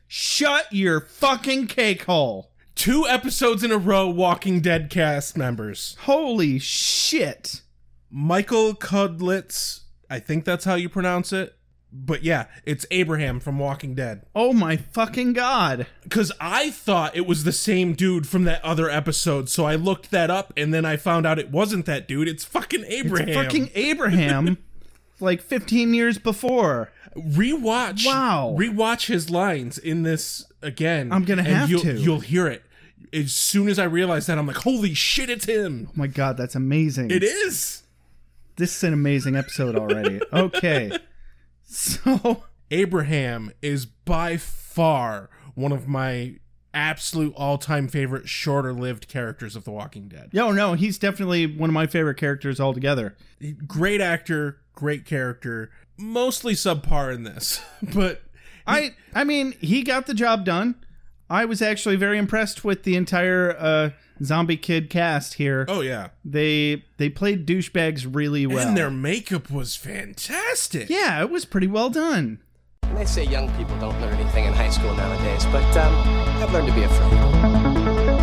S1: Shut your fucking cake hole.
S7: Two episodes in a row, Walking Dead cast members.
S1: Holy shit.
S7: Michael Cudlitz, I think that's how you pronounce it. But yeah, it's Abraham from Walking Dead.
S1: Oh my fucking god.
S7: Because I thought it was the same dude from that other episode, so I looked that up and then I found out it wasn't that dude. It's fucking Abraham.
S1: It's fucking Abraham like 15 years before.
S7: rewatch.
S1: Wow.
S7: Rewatch his lines in this again.
S1: I'm gonna
S7: and
S1: have
S7: you'll,
S1: to.
S7: You'll hear it. As soon as I realize that, I'm like, holy shit, it's him.
S1: Oh my god, that's amazing.
S7: It is.
S1: This is an amazing episode already. okay. So
S7: Abraham is by far one of my absolute all-time favorite shorter-lived characters of The Walking Dead.
S1: Yo, no, he's definitely one of my favorite characters altogether.
S7: Great actor, great character, mostly subpar in this, but
S1: I I mean, he got the job done. I was actually very impressed with the entire uh, zombie kid cast here.
S7: oh yeah.
S1: They they played douchebags really well.
S7: And their makeup was fantastic.
S1: yeah, it was pretty well done.
S3: And they say young people don't learn anything in high school nowadays, but um, I've learned to be afraid.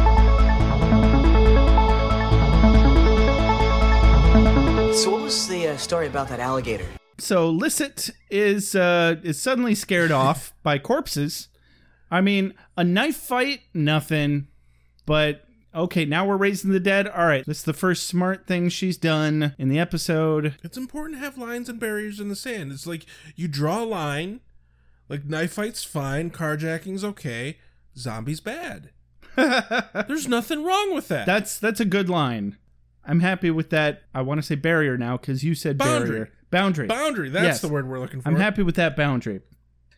S3: So, what was the uh, story about that alligator?
S1: So Lisset is uh, is suddenly scared off by corpses. I mean, a knife fight, nothing. But okay, now we're raising the dead. All right, that's the first smart thing she's done in the episode.
S7: It's important to have lines and barriers in the sand. It's like you draw a line, like knife fights fine, carjacking's okay, zombies bad. There's nothing wrong with that.
S1: That's that's a good line. I'm happy with that. I want to say barrier now because you said
S7: Boundary.
S1: barrier. Boundary.
S7: boundary. That's
S1: Yes.
S7: the word we're looking for.
S1: I'm happy with that boundary.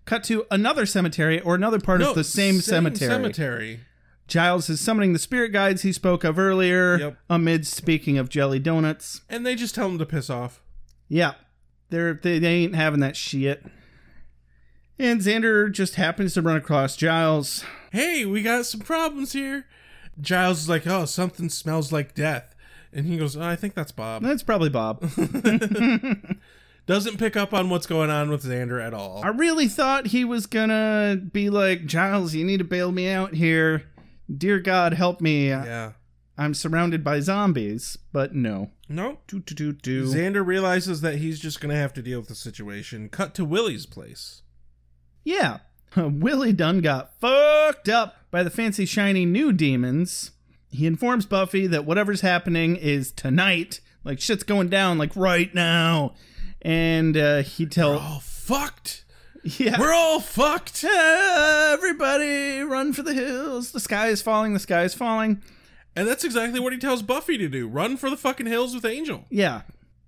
S1: Cut to another cemetery or another part
S7: No,
S1: of the same, cemetery.
S7: Cemetery.
S1: Giles is summoning the spirit guides he spoke of earlier
S7: Yep.
S1: amidst speaking of jelly donuts.
S7: And they just tell them to piss off.
S1: Yeah. They're they, they ain't having that shit. And Xander just happens to run across Giles.
S7: Hey, we got some problems here. Giles is like, oh, something smells like death. And he goes, oh, I think that's Bob.
S1: That's probably Bob.
S7: Doesn't pick up on what's going on with Xander at all.
S1: I really thought he was gonna be like, Giles, you need to bail me out here. Dear God, help me.
S7: yeah.
S1: I'm surrounded by zombies. But no.
S7: Nope.
S1: Do, do, do, do.
S7: Xander realizes that he's just going to have to deal with the situation. Cut to Willie's place.
S1: Yeah. Willie Dunn got fucked up by the fancy, shiny new demons. He informs Buffy that whatever's happening is tonight. Like, shit's going down, like, right now. And uh, he tells.
S7: Oh, fucked.
S1: Yeah.
S7: We're all fucked.
S1: Everybody run for the hills. The sky is falling. The sky is falling.
S7: And that's exactly what he tells Buffy to do run for the fucking hills with Angel.
S1: Yeah.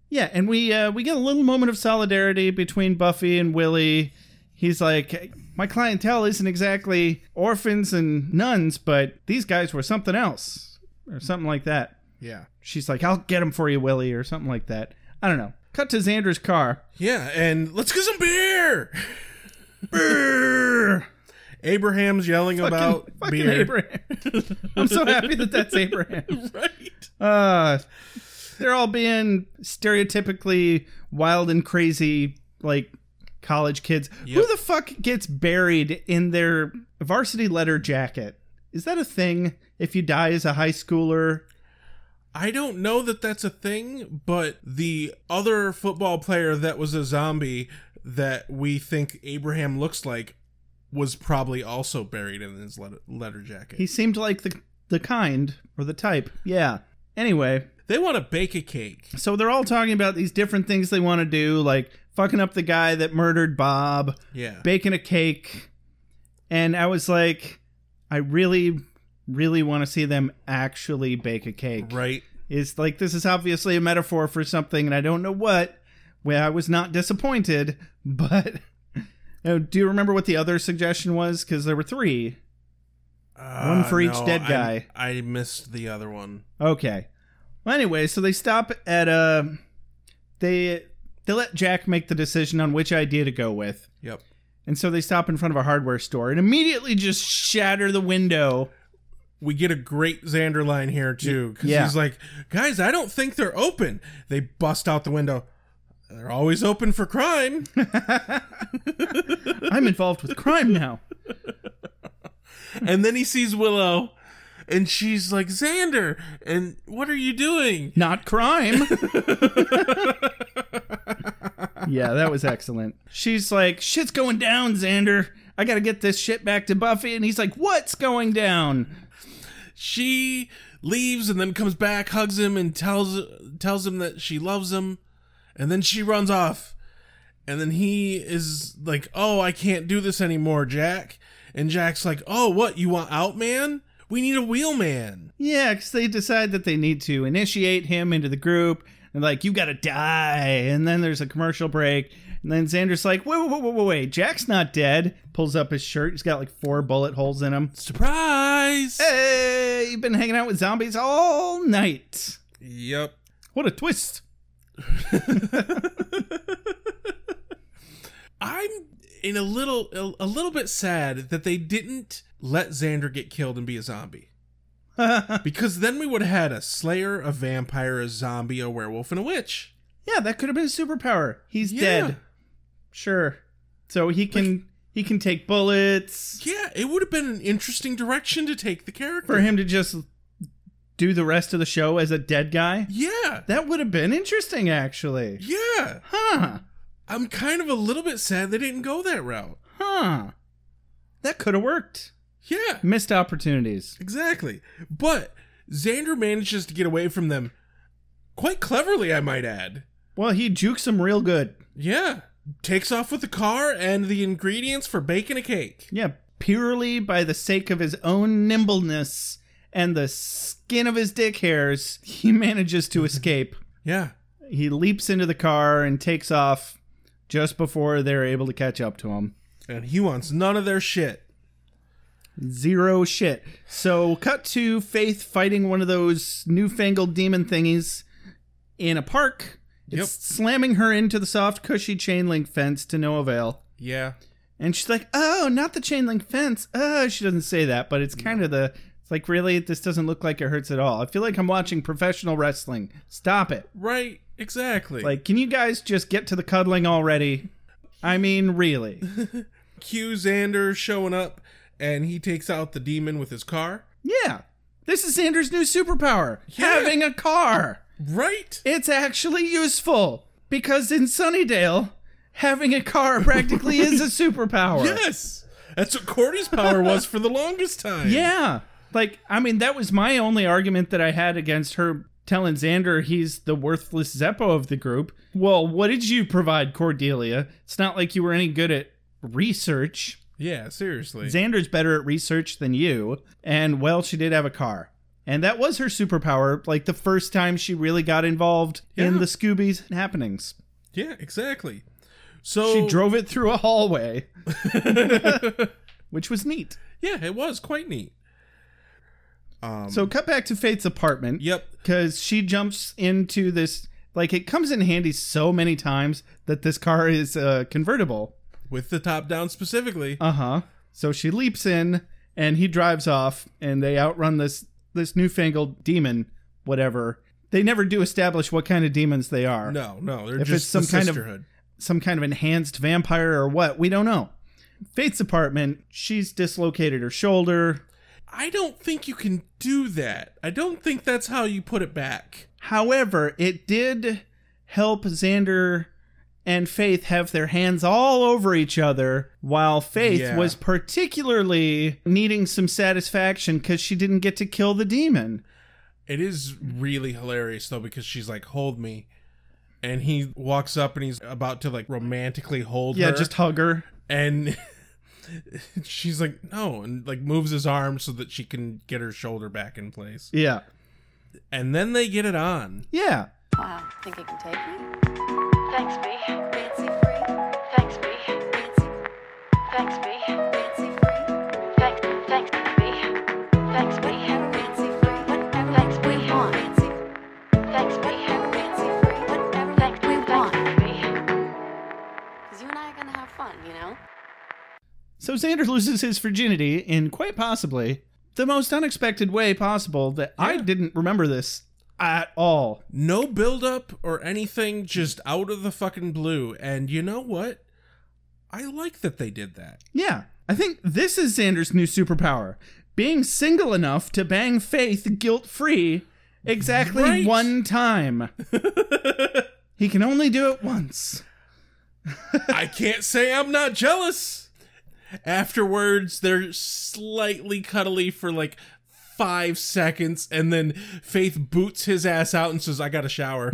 S1: Yeah. And we, uh, we get a little moment of solidarity between Buffy and Willie. He's like, my clientele isn't exactly orphans and nuns, but these guys were something else, or something like that.
S7: Yeah.
S1: She's like, I'll get them for you, Willie, or something like that. I don't know. Cut to Xander's car.
S7: Yeah, and let's get some beer.
S1: Brrr.
S7: Abraham's yelling about
S1: fucking
S7: beer.
S1: Abraham. I'm so happy that that's Abraham.
S7: Right.
S1: Uh, they're all being stereotypically wild and crazy, like college kids. Who
S7: Yep.
S1: the fuck gets buried in their varsity letter jacket? Is that a thing? If you die as a high schooler,
S7: I don't know that that's a thing, but the other football player that was a zombie that we think Abraham looks like was probably also buried in his letter, letter jacket.
S1: he seemed like the the kind or the type. Yeah. Anyway,
S7: they want to bake a cake.
S1: so they're all talking about these different things they want to do, like fucking up the guy that murdered Bob,
S7: Yeah.
S1: baking a cake. And I was like, I really, really want to see them actually bake a cake.
S7: right.
S1: It's like, this is obviously a metaphor for something, and I don't know what. Well, I was not disappointed, but. Now, do you remember what the other suggestion was? Because there were three. One for each dead
S7: Uh, I-
S1: guy.
S7: I, missed the other one.
S1: Okay. Well, anyway, so they stop at a they they let Jack make the decision on which idea to go with.
S7: Yep.
S1: And so they stop in front of a hardware store and immediately just shatter the window.
S7: we get a great Xander line here too because
S1: Yeah.
S7: he's like, "Guys, I don't think they're open." They bust out the window. They're always open for crime.
S1: I'm involved with crime now.
S7: and then he sees Willow, and she's like, "Xander, and what are you doing?"
S1: Not crime. yeah, that was excellent. She's like, shit's going down, Xander. I gotta get this shit back to Buffy. And he's like, what's going down?
S7: She leaves and then comes back, hugs him, and tells tells him that she loves him, and then she runs off. And then he is like, "Oh, I can't do this anymore, Jack." And Jack's like, "Oh, what? You want out, man? We need a wheel man."
S1: Yeah, because they decide that they need to initiate him into the group. And like, you gotta die. And then there's a commercial break. And then Xander's like, wait, wait, wait, wait, wait, wait. Jack's not dead. Pulls up his shirt. He's got like four bullet holes in him.
S7: Surprise!
S1: Hey, you've been hanging out with zombies all night.
S7: Yep.
S1: What a twist.
S7: I'm in a little a, a little bit sad that they didn't let Xander get killed and be a zombie. because then we would have had a slayer, a vampire, a zombie, a werewolf, and a witch.
S1: Yeah, that could have been a superpower. He's
S7: Yeah.
S1: dead. Sure. So he can he can take bullets.
S7: Yeah, it would have been an interesting direction to take the character.
S1: For him to just do the rest of the show as a dead guy.
S7: Yeah.
S1: That would have been interesting actually.
S7: Yeah.
S1: Huh.
S7: I'm kind of a little bit sad they didn't go that route.
S1: Huh. That could have worked.
S7: Yeah.
S1: Missed opportunities.
S7: Exactly. But Xander manages to get away from them quite cleverly, I might add.
S1: Well, he jukes him real good.
S7: Yeah. Takes off with the car and the ingredients for baking a cake.
S1: Yeah, purely by the sake of his own nimbleness and the skin of his dick hairs, he manages to escape.
S7: Yeah.
S1: he leaps into the car and takes off just before they're able to catch up to him.
S7: And he wants none of their shit.
S1: Zero shit. So, cut to Faith fighting one of those newfangled demon thingies in a park. It's
S7: Yep.
S1: slamming her into the soft, cushy chain link fence to no avail.
S7: Yeah.
S1: And she's like, "Oh, not the chain link fence." Oh, she doesn't say that, but it's kind of the. It's like, really, this doesn't look like it hurts at all. I feel like I'm watching professional wrestling. Stop it.
S7: Right. Exactly.
S1: Like, can you guys just get to the cuddling already? I mean, really.
S7: Q Xander showing up and he takes out the demon with his car.
S1: Yeah. This is Xander's new superpower having a car.
S7: Right?
S1: It's actually useful because in Sunnydale, having a car practically is a superpower.
S7: Yes. That's what Cordy's power was for the longest time.
S1: Yeah. Like, I mean, that was my only argument that I had against her telling Xander he's the worthless Zeppo of the group. Well, what did you provide, Cordelia? It's not like you were any good at research.
S7: Yeah, seriously.
S1: Xander's better at research than you. And well, she did have a car. And that was her superpower, like the first time she really got involved in
S7: Yeah.
S1: the Scooby's happenings.
S7: yeah, exactly. So
S1: She drove it through a hallway, which was neat.
S7: Yeah, it was quite neat. Um,
S1: So, cut back to Faith's apartment.
S7: Yep.
S1: Because she jumps into this, like, it comes in handy so many times that this car is uh, convertible.
S7: With the top down specifically.
S1: Uh huh. So she leaps in, and he drives off, and they outrun this this newfangled demon, whatever. They never do establish what kind of demons they are.
S7: no, no, they're
S1: Uh, If
S7: just
S1: it's some
S7: the
S1: kind of-
S7: sisterhood.
S1: Some kind of enhanced vampire or what? We don't know. Fate's apartment. She's dislocated her shoulder.
S7: I don't think you can do that. I don't think that's how you put it back.
S1: However, it did help Xander and Faith have their hands all over each other while Faith
S7: Yeah.
S1: was particularly needing some satisfaction because she didn't get to kill the demon.
S7: It is really hilarious though because she's like, "Hold me," and he walks up and he's about to like romantically hold
S1: Yeah,
S7: her.
S1: just hug her.
S7: and she's like, "No," and like moves his arm so that she can get her shoulder back in place.
S1: Yeah.
S7: And then they get it on.
S1: Yeah.
S4: Wow, think you can take me?
S6: Thanks, B.
S4: Fancy free,
S6: Thanks, B.
S4: fancy,
S6: Thanks, B.
S4: fancy free.
S6: Thanks, thanks, B. Thanks, B.
S4: Whatever, fancy free, whatever,
S6: Thanks,
S4: we
S6: B.
S4: want. Fancy,
S6: Thanks, B.
S4: whatever, fancy free, whatever,
S6: Thanks,
S4: we
S6: thanks,
S1: Xander loses his virginity in quite possibly the most unexpected way possible that I didn't remember this at all.
S7: No buildup or anything, just out of the fucking blue. And you know what? I like that they did that.
S1: Yeah, I think this is Xander's new superpower being single enough to bang Faith guilt free exactly
S7: Right.
S1: one time. he can only do it once.
S7: I can't say I'm not jealous. Afterwards, they're slightly cuddly for like five seconds, and then Faith boots his ass out and says, I got a shower.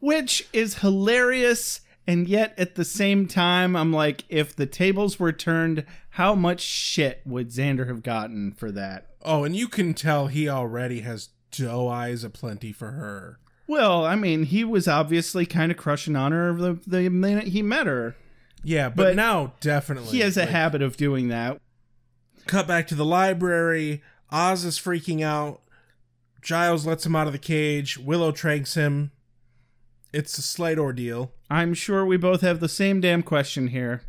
S1: which is hilarious and yet at the same time i'm like if the tables were turned how much shit would xander have gotten for that
S7: oh, and you can tell he already has doe eyes aplenty for her.
S1: well i mean he was obviously kind of crushing on her the, the minute he met her
S7: Yeah, but,
S1: But
S7: now definitely.
S1: he has a
S7: like,
S1: habit of doing that
S7: Cut back to the library. Oz is freaking out. Giles lets him out of the cage. Willow tranks him. It's a slight ordeal.
S1: i'm sure we both have the same damn question here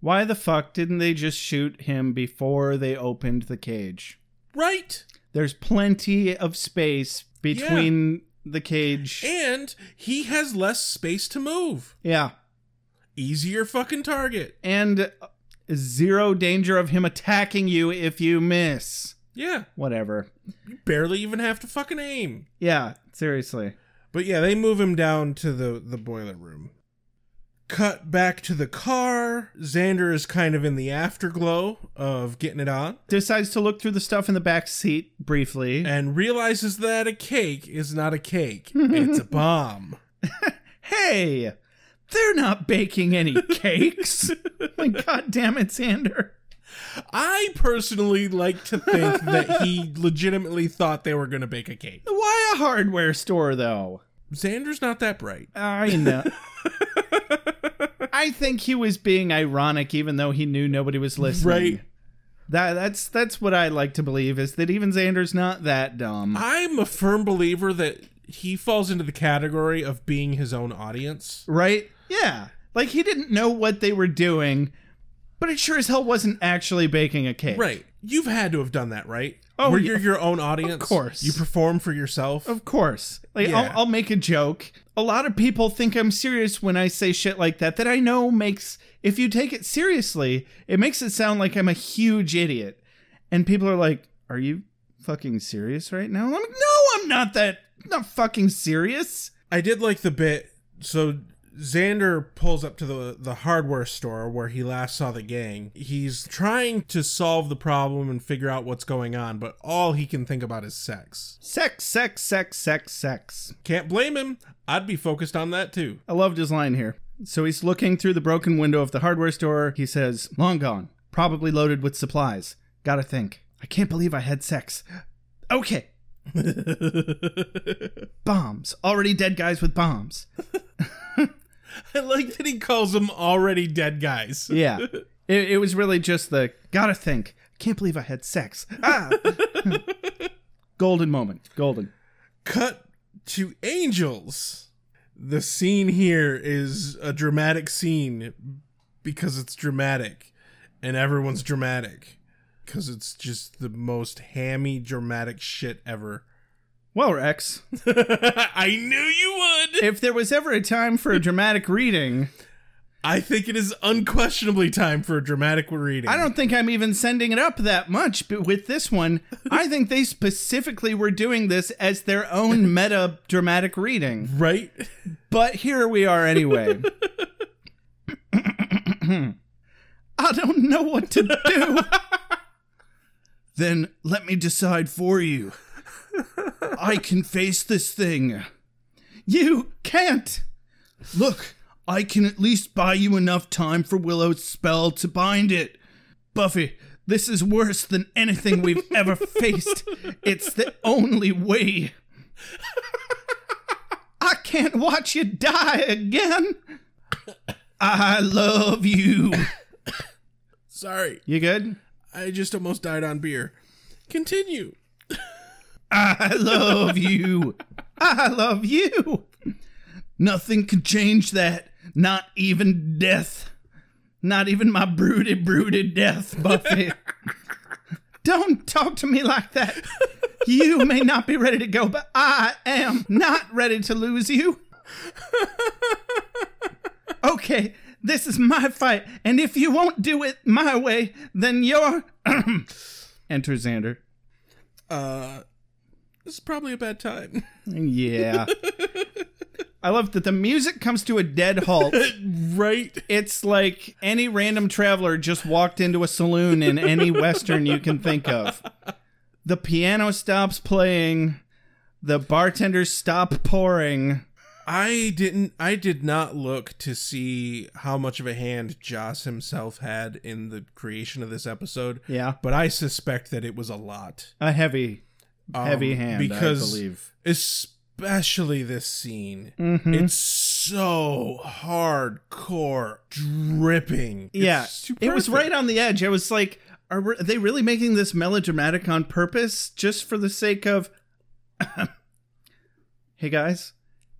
S1: why the fuck didn't they just shoot him before they opened the cage
S7: Right?
S1: there's plenty of space between the cage
S7: And he has less space to move.
S1: yeah
S7: Easier fucking target.
S1: and zero danger of him attacking you if you miss.
S7: Yeah.
S1: Whatever.
S7: Barely even have to fucking aim.
S1: Yeah, seriously.
S7: But yeah, they move him down to the, the boiler room. Cut back to the car. Xander is kind of in the afterglow of getting it on
S1: Decides to look through the stuff in the back seat briefly.
S7: and realizes that a cake is not a cake, it's a bomb.
S1: hey, they're not baking any cakes. like, God damn it, Xander.
S7: I personally like to think that he legitimately thought they were going to bake a cake.
S1: Why a hardware store, though?
S7: Xander's not that bright.
S1: I know. I think he was being ironic, even though he knew nobody was listening.
S7: Right.
S1: That, that's that's what I like to believe is that even Xander's not that dumb.
S7: I'm a firm believer that he falls into the category of being his own audience.
S1: right? Yeah. Like he didn't know what they were doing, but it sure as hell wasn't actually baking a cake.
S7: Right. You've had to have done that, right?
S1: Oh,
S7: Where
S1: yeah.
S7: you're your own audience.
S1: Of course.
S7: You perform for yourself.
S1: Of course. Like
S7: Yeah.
S1: I'll, I'll make a joke. A lot of people think I'm serious when I say shit like that that I know makes if you take it seriously, it makes it sound like I'm a huge idiot. And people are like, "Are you fucking serious right now?" I'm like, "No, I'm not that not fucking serious."
S7: I did like the bit. So Xander pulls up to the the hardware store where he last saw the gang. He's trying to solve the problem and figure out what's going on, but all he can think about is sex.
S1: Sex, sex, sex, sex, sex.
S7: Can't blame him. I'd be focused on that too.
S1: I loved his line here. So he's looking through the broken window of the hardware store. He says, Long gone. Probably loaded with supplies. Gotta think. I can't believe I had sex. Okay. bombs. Already dead guys with bombs.
S7: I like that he calls them already dead guys.
S1: Yeah. it, it was really just the gotta think. Can't believe I had sex. Ah. Golden moment. Golden.
S7: Cut to angels. The scene here is a dramatic scene because it's dramatic and everyone's dramatic because it's just the most hammy dramatic shit ever.
S1: Well, Rex,
S7: I knew you would.
S1: if there was ever a time for a dramatic reading,
S7: I think it is unquestionably time for a dramatic reading.
S1: I don't think I'm even sending it up that much, but with this one, I think they specifically were doing this as their own meta dramatic reading.
S7: right.
S1: But here we are anyway. I don't know what to do. then let me decide for you. I can face this thing. You can't. Look, I can at least buy you enough time for Willow's spell to bind it. Buffy, this is worse than anything we've ever faced. It's the only way. I can't watch you die again. I love you.
S7: Sorry.
S1: You good?
S7: I just almost died on beer. Continue.
S1: I love you. I love you. Nothing can change that, not even death. Not even my brooded, brooded death, Buffy. Don't talk to me like that. You may not be ready to go, but I am not ready to lose you. Okay, this is my fight, and if you won't do it my way, then you're. Enter Xander.
S7: Uh, this is probably a bad time.
S1: Yeah. I love that the music comes to a dead halt.
S7: right?
S1: It's like any random traveler just walked into a saloon in any Western you can think of. The piano stops playing, the bartenders stop pouring.
S7: I didn't. I did not look to see how much of a hand Joss himself had in the creation of this episode.
S1: Yeah.
S7: but I suspect that it was a lot. Um,
S1: A heavy, heavy hand,
S7: because
S1: I believe. Mm-hmm.
S7: especially this scene, it's so hardcore, dripping.
S1: Yeah,
S7: It's too
S1: it was
S7: perfect.
S1: right on the edge. I was like, are, we- are they really making this melodramatic on purpose just for the sake of, hey guys?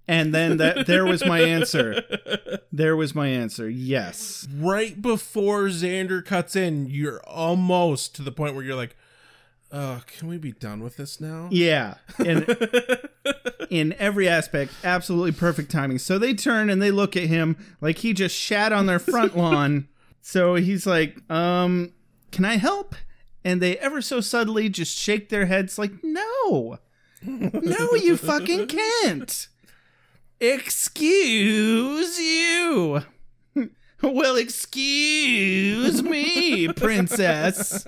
S1: And then that there was my answer. There was my answer. Yes.
S7: right before Xander cuts in, you're almost to the point where you're like, "Uh, can we be done with this now?"
S1: Yeah. In, in every aspect, absolutely perfect timing. So they turn and they look at him like he just shat on their front lawn. so he's like, um, can I help? And they ever so subtly just shake their heads like, no. No, you fucking can't. Excuse you. well, excuse me, princess.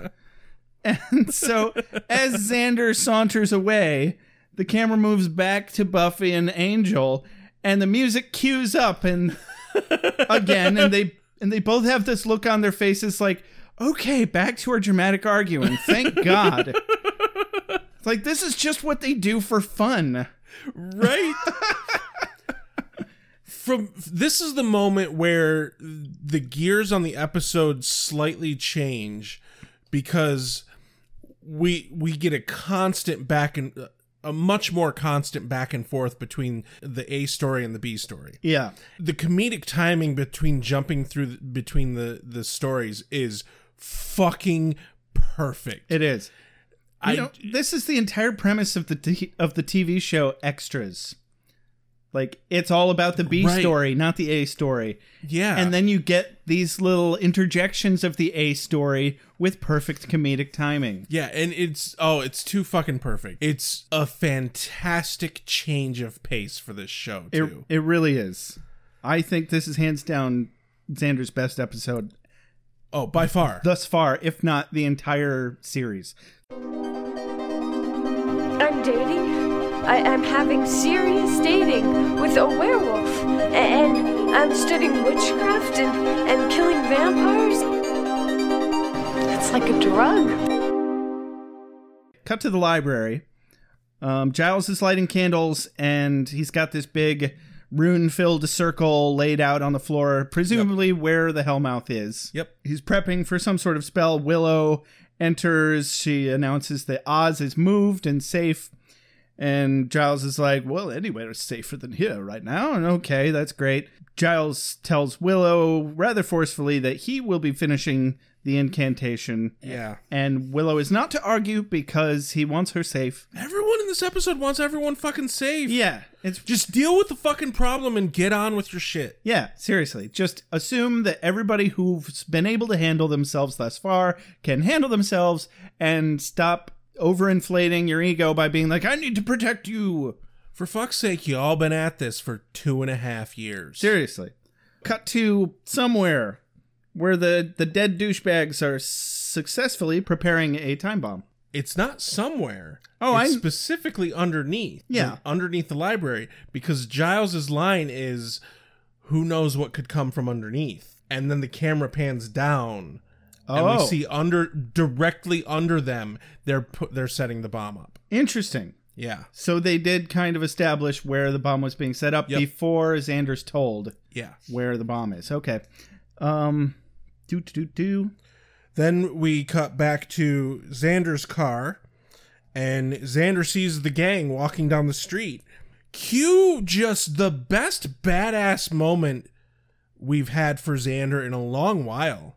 S1: And so as Xander saunters away, the camera moves back to Buffy and Angel, and the music cues up and again, and they and they both have this look on their faces like, okay, back to our dramatic arguing. Thank God. It's like this is just what they do for fun.
S7: right from this is the moment where the gears on the episode slightly change because we we get a constant back and a much more constant back and forth between the A story and the B story.
S1: Yeah.
S7: The comedic timing between jumping through the, between the the stories is fucking perfect.
S1: It is. You
S7: I-
S1: know, this is the entire premise of the t- of the TV show Extras. Like it's all about the B
S7: Right.
S1: story, not the A story.
S7: yeah.
S1: And then you get these little interjections of the A story with perfect comedic timing.
S7: Yeah, and it's oh, it's too fucking perfect. It's a fantastic change of pace for this show
S1: It
S7: too.
S1: it really is. I think this is hands down Xander's best episode
S7: oh, by far.
S1: thus far, if not the entire series.
S11: I'm dating. I, I'm having serious dating with a werewolf. A- And I'm studying witchcraft and, and killing vampires. It's like a drug.
S1: cut to the library. Um, Giles is lighting candles, and he's got this big rune-filled circle laid out on the floor, presumably where the Hellmouth is.
S7: Yep.
S1: He's prepping for some sort of spell. Willow enters. She announces that Oz is moved and safe. And Giles is like, well, anywhere is safer than here right now. And okay, that's great. Giles tells Willow rather forcefully that he will be finishing the incantation
S7: yeah.
S1: and Willow is not to argue because he wants her safe.
S7: Everyone in this episode wants everyone fucking safe.
S1: Yeah, it's just
S7: Just deal with the fucking problem and get on with your shit.
S1: yeah, seriously. Just assume that everybody who's been able to handle themselves thus far can handle themselves and stop overinflating your ego by being like, I need to protect you.
S7: For fuck's sake, you all been at this for two and a half years.
S1: Seriously. Cut to somewhere where the, the dead douchebags are successfully preparing a time bomb.
S7: It's not somewhere.
S1: Oh,
S7: it's
S1: I-
S7: specifically underneath.
S1: Yeah.
S7: Underneath the library because Giles's line is who knows what could come from underneath. And then the camera pans down and
S1: Oh,
S7: we see under directly under them they're put, they're setting the bomb up.
S1: interesting.
S7: Yeah.
S1: So they did kind of establish where the bomb was being set up
S7: Yep.
S1: before Xander's told.
S7: Yeah.
S1: where the bomb is. Okay. Um do do do do.
S7: Then we cut back to Xander's car, and Xander sees the gang walking down the street. Cue just the best badass moment we've had for Xander in a long while.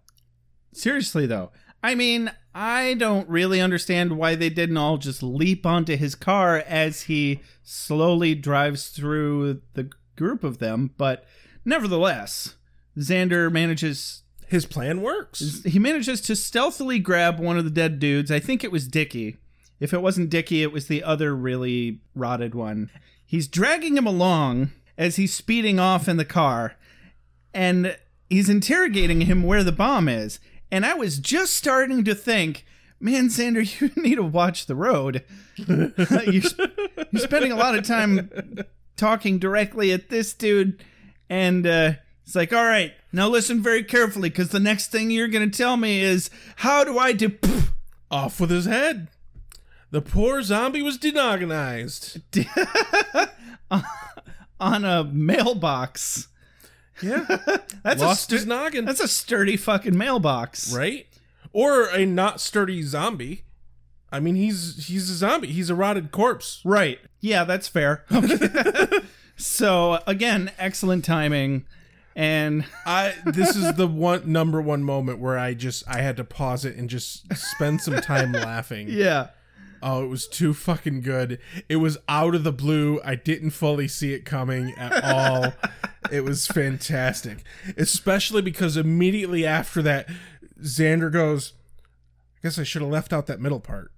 S1: Seriously, though. I mean, I don't really understand why they didn't all just leap onto his car as he slowly drives through the group of them, but nevertheless, Xander manages
S7: His plan works.
S1: he manages to stealthily grab one of the dead dudes. I think it was Dickie. If it wasn't Dickie, it was the other really rotted one. He's dragging him along as he's speeding off in the car, and he's interrogating him where the bomb is. And I was just starting to think, man, Xander, you need to watch the road. you're, sp- you're spending a lot of time talking directly at this dude, and uh, it's like, all right, now listen very carefully, because the next thing you're going to tell me is, how do I do?
S7: Off with his head. The poor zombie was denogonized.
S1: on a mailbox.
S7: Yeah.
S1: That's
S7: Lost
S1: a stu-
S7: his noggin.
S1: That's a sturdy fucking mailbox.
S7: right? Or a not sturdy zombie. I mean, he's he's a zombie. He's a rotted corpse.
S1: Right. Yeah, that's fair. Okay. so again, excellent timing, and
S7: I this is the one number one moment where I just I had to pause it and just spend some time laughing.
S1: yeah,
S7: Oh, it was too fucking good. It was out of the blue. I didn't fully see it coming at all. it was fantastic. Especially because immediately after that, Xander goes, I guess I should have left out that middle part.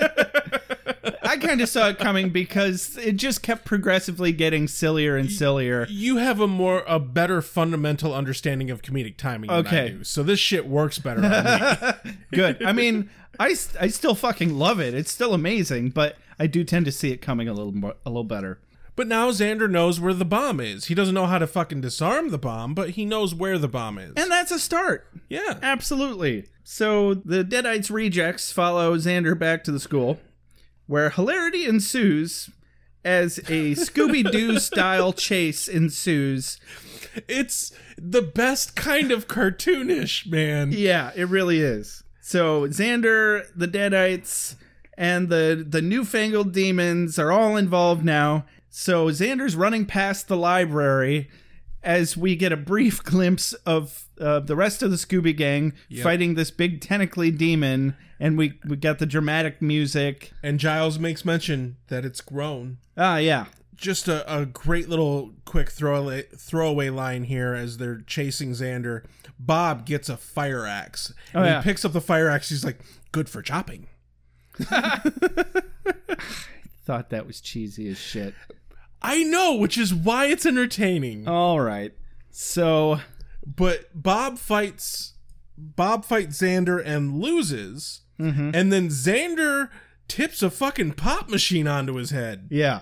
S1: I kind of saw it coming because it just kept progressively getting sillier and sillier.
S7: You have a more a better fundamental understanding of comedic timing than I
S1: Okay.
S7: do. So this shit works better on me.
S1: Good. I mean, I, s- I still fucking love it. It's still amazing, but I do tend to see it coming a little more, a little better.
S7: But now Xander knows where the bomb is. He doesn't know how to fucking disarm the bomb, but he knows where the bomb is.
S1: And that's a start.
S7: yeah.
S1: Absolutely. So the Deadites rejects follow Xander back to the school, where hilarity ensues as a Scooby Doo style chase ensues.
S7: It's the best kind of cartoonish, man.
S1: Yeah, it really is. So Xander, the Deadites, and the the newfangled demons are all involved now. So Xander's running past the library as we get a brief glimpse of uh, the rest of the Scooby Gang fighting this big tentacly demon, and we we got the dramatic music.
S7: And Giles makes mention that it's grown.
S1: Ah, yeah,
S7: Just a, a great little quick throwaway, throwaway line here as they're chasing Xander. Bob gets a fire axe. And
S1: Oh, yeah.
S7: he picks up the fire axe. He's like, good for chopping.
S1: thought that was cheesy as shit.
S7: I know, which is why it's entertaining.
S1: All right, so
S7: but Bob fights Bob fights Xander and loses,
S1: Mm-hmm.
S7: and then Xander tips a fucking pop machine onto his head.
S1: yeah,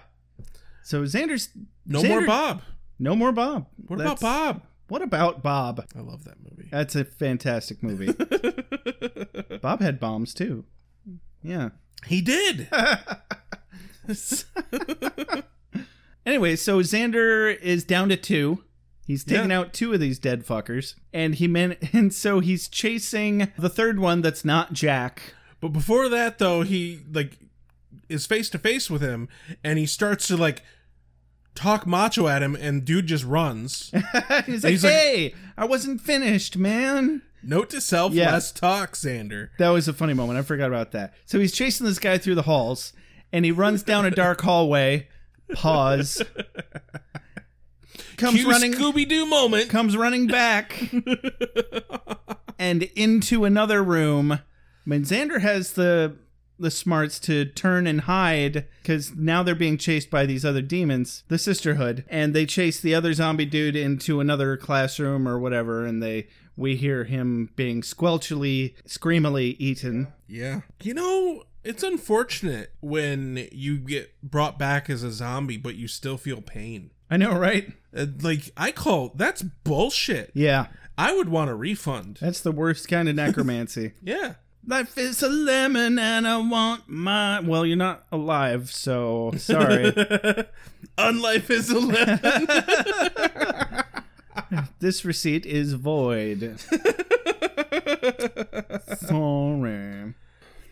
S1: so Xander's
S7: No
S1: Xander-
S7: more Bob.
S1: No more Bob.
S7: What
S1: That's-
S7: about Bob?
S1: What about Bob?
S7: I love that movie.
S1: That's a fantastic movie. Bob had bombs too. Yeah.
S7: He did.
S1: Anyway, so Xander is down to two. He's taken
S7: Yeah.
S1: out two of these dead fuckers, and he man- and so he's chasing the third one that's not Jack.
S7: but before that, though, he like is face to face with him, and he starts to like talk macho at him, and dude just runs.
S1: he's like,
S7: he's like-
S1: "Hey, I wasn't finished, man."
S7: Note to self:
S1: Yeah.
S7: less talk, Xander.
S1: That was a funny moment. I forgot about that. So he's chasing this guy through the halls, and he runs down a dark hallway. Pause. Comes running.
S7: Scooby Doo moment.
S1: comes running back and into another room. I mean, Xander has the the smarts to turn and hide because now they're being chased by these other demons, the Sisterhood, and they chase the other zombie dude into another classroom or whatever, and they we hear him being squelchily, screamily eaten.
S7: Yeah. You know, it's unfortunate when you get brought back as a zombie, but you still feel pain.
S1: I know, right?
S7: Uh, Like, I call that's bullshit.
S1: Yeah,
S7: I would want a refund.
S1: that's the worst kind of necromancy.
S7: Yeah.
S1: Life is a lemon and I want my. Well, you're not alive, so sorry.
S7: Unlife is a lemon.
S1: This receipt is void. Sorry.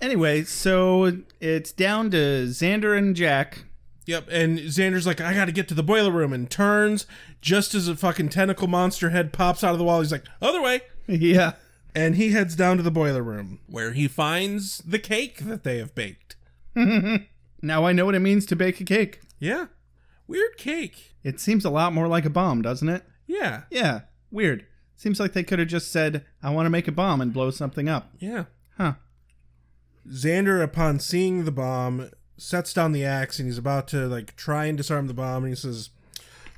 S1: Anyway, so it's down to Xander and Jack
S7: Yep, and Xander's like, I gotta get to the boiler room, and turns just as a fucking tentacle monster head pops out of the wall. He's like, other way.
S1: Yeah.
S7: And he heads down to the boiler room where he finds the cake that they have baked.
S1: now I know what it means to bake a cake.
S7: Yeah. Weird cake.
S1: It seems a lot more like a bomb, doesn't it?
S7: Yeah.
S1: Yeah. Weird. Seems like they could have just said, I want to make a bomb and blow something up.
S7: Yeah.
S1: Huh.
S7: Xander, upon seeing the bomb, sets down the axe and he's about to like try and disarm the bomb and he says,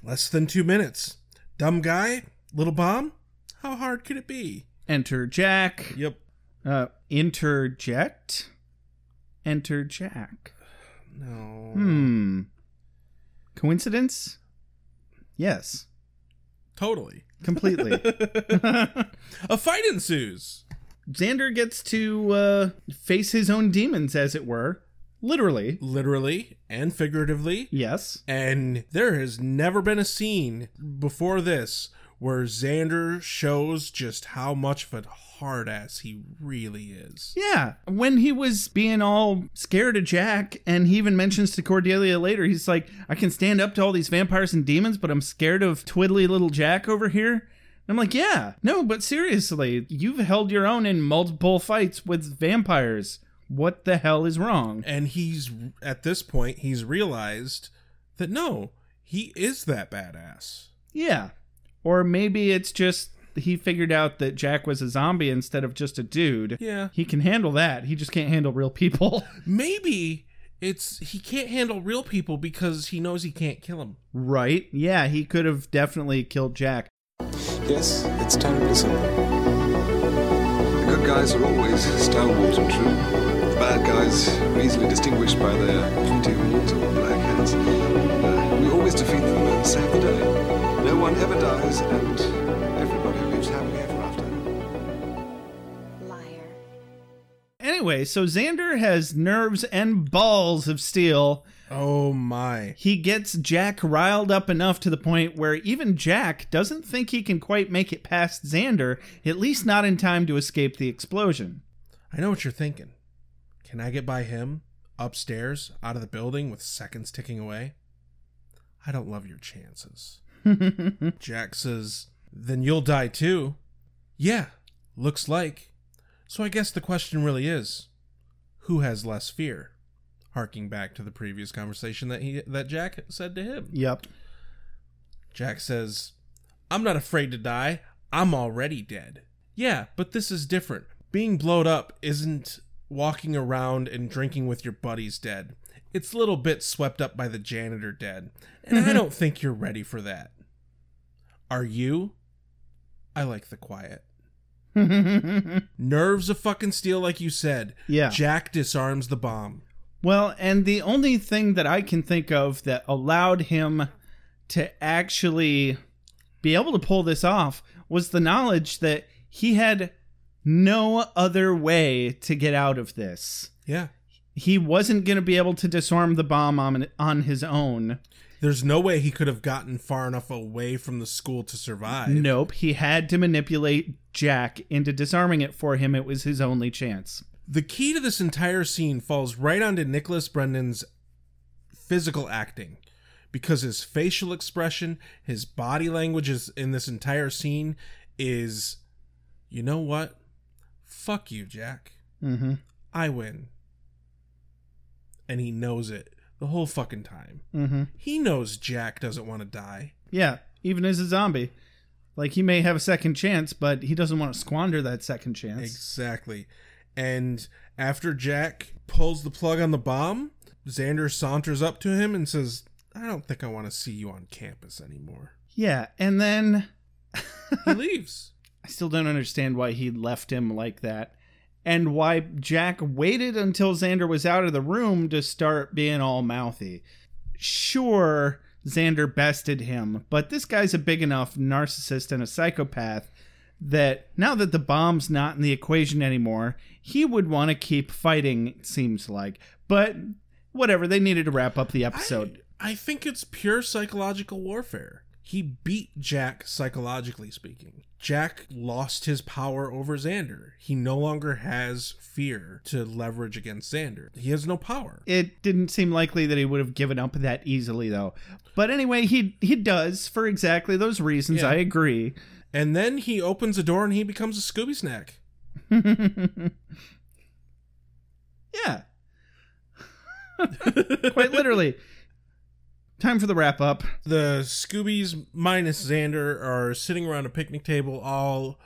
S7: Less than two minutes. Dumb guy, little bomb? How hard could it be?
S1: Enter Jack.
S7: Yep.
S1: Uh, interject? Enter Jack.
S7: No.
S1: Hmm. Coincidence? Yes.
S7: Totally.
S1: Completely.
S7: A fight ensues.
S1: Xander gets to uh, face his own demons, as it were. Literally.
S7: Literally and figuratively.
S1: Yes.
S7: And there has never been a scene before this where Xander shows just how much of a hard ass he really is.
S1: Yeah. When he was being all scared of Jack, and he even mentions to Cordelia later, he's like, I can stand up to all these vampires and demons, but I'm scared of twiddly little Jack over here. And I'm like, yeah, no, but seriously, you've held your own in multiple fights with vampires. What the hell is wrong?
S7: And he's, at this point, he's realized that no, he is that badass.
S1: Yeah. Or maybe it's just he figured out that Jack was a zombie instead of just a dude.
S7: Yeah.
S1: He can handle that. He just can't handle real people.
S7: Maybe it's he can't handle real people because he knows he can't kill them.
S1: right? Yeah, he could have definitely killed Jack.
S12: Yes, it's terribly simple. The good guys are always stalwart and true. The bad guys are easily distinguished by their pointy horns or black hats. Uh, we always defeat them and save the day. No one ever dies, and everybody lives happily ever after.
S8: Liar.
S1: Anyway, so Xander has nerves and balls of steel.
S7: Oh my.
S1: He gets Jack riled up enough to the point where even Jack doesn't think he can quite make it past Xander, at least not in time to escape the explosion.
S7: I know what you're thinking. Can I get by him upstairs out of the building with seconds ticking away? I don't love your chances. Jack says, Then you'll die too. Yeah, looks like. So I guess the question really is who has less fear? Harking back to the previous conversation that he that Jack said to him.
S1: Yep.
S7: Jack says, I'm not afraid to die. I'm already dead. Yeah, but this is different. Being blowed up isn't walking around and drinking with your buddies dead. It's little bits swept up by the janitor dead. And I don't think you're ready for that. Are you? I like the quiet. Nerves of fucking steel, like you said.
S1: Yeah.
S7: Jack disarms the bomb.
S1: Well, and the only thing that I can think of that allowed him to actually be able to pull this off was the knowledge that he had no other way to get out of this.
S7: Yeah.
S1: He wasn't going to be able to disarm the bomb on, on his own.
S7: There's no way he could have gotten far enough away from the school to survive.
S1: Nope, he had to manipulate Jack into disarming it for him. It was his only chance.
S7: The key to this entire scene falls right onto Nicholas Brendan's physical acting because his facial expression, his body language is in this entire scene is you know what? Fuck you, Jack.
S1: Mm-hmm.
S7: I win. And he knows it the whole fucking time.
S1: Mm-hmm.
S7: He knows Jack doesn't want to die.
S1: Yeah, even as a zombie. Like he may have a second chance, but he doesn't want to squander that second chance.
S7: Exactly. And after Jack pulls the plug on the bomb, Xander saunters up to him and says, I don't think I want to see you on campus anymore.
S1: yeah, and then
S7: He leaves.
S1: I still don't understand why he left him like that and why Jack waited until Xander was out of the room to start being all mouthy. Sure, Xander bested him, but this guy's a big enough narcissist and a psychopath that now that the bomb's not in the equation anymore, he would want to keep fighting, it seems like. But whatever, they needed to wrap up the episode.
S7: I, I think it's pure psychological warfare. he beat Jack psychologically speaking. Jack lost his power over Xander. He no longer has fear to leverage against Xander. He has no power.
S1: It didn't seem likely that he would have given up that easily, though. But anyway, he he does for exactly those reasons.
S7: Yeah.
S1: I agree.
S7: And then he opens a door and he becomes a Scooby Snack.
S1: Yeah. Quite literally. Time for the wrap up.
S7: the Scoobies minus Xander are sitting around a picnic table, all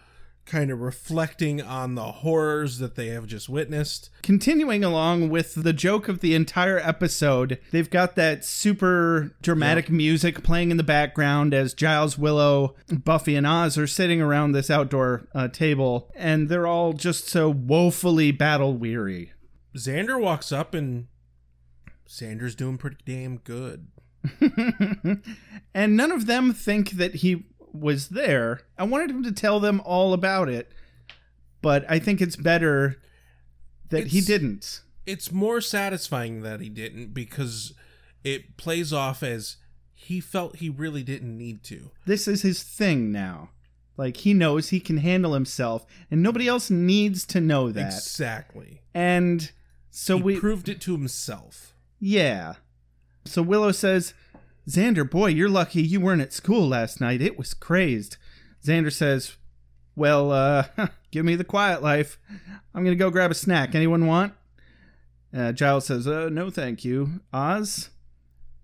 S7: kind of reflecting on the horrors that they have just witnessed.
S1: Continuing along with the joke of the entire episode, they've got that super dramatic music playing in the background as Giles, Willow, Buffy, and Oz are sitting around this outdoor uh, table, and they're all just so woefully battle weary.
S7: Xander walks up and Xander's doing pretty damn good.
S1: And none of them think that he was there. I wanted him to tell them all about it, but I think it's better that he
S7: It's-
S1: didn't.
S7: It's more satisfying that he didn't because it plays off as he felt he really didn't need to.
S1: this is his thing now. Like he knows he can handle himself, and nobody else needs to know that.
S7: Exactly.
S1: And so
S7: he
S1: we,
S7: proved it to himself.
S1: yeah. So Willow says, "Xander, boy, you're lucky you weren't at school last night. It was crazed." Xander says, "Well, uh, give me the quiet life. I'm gonna go grab a snack. Anyone want?" Uh, Giles says, uh, "No, thank you." Oz,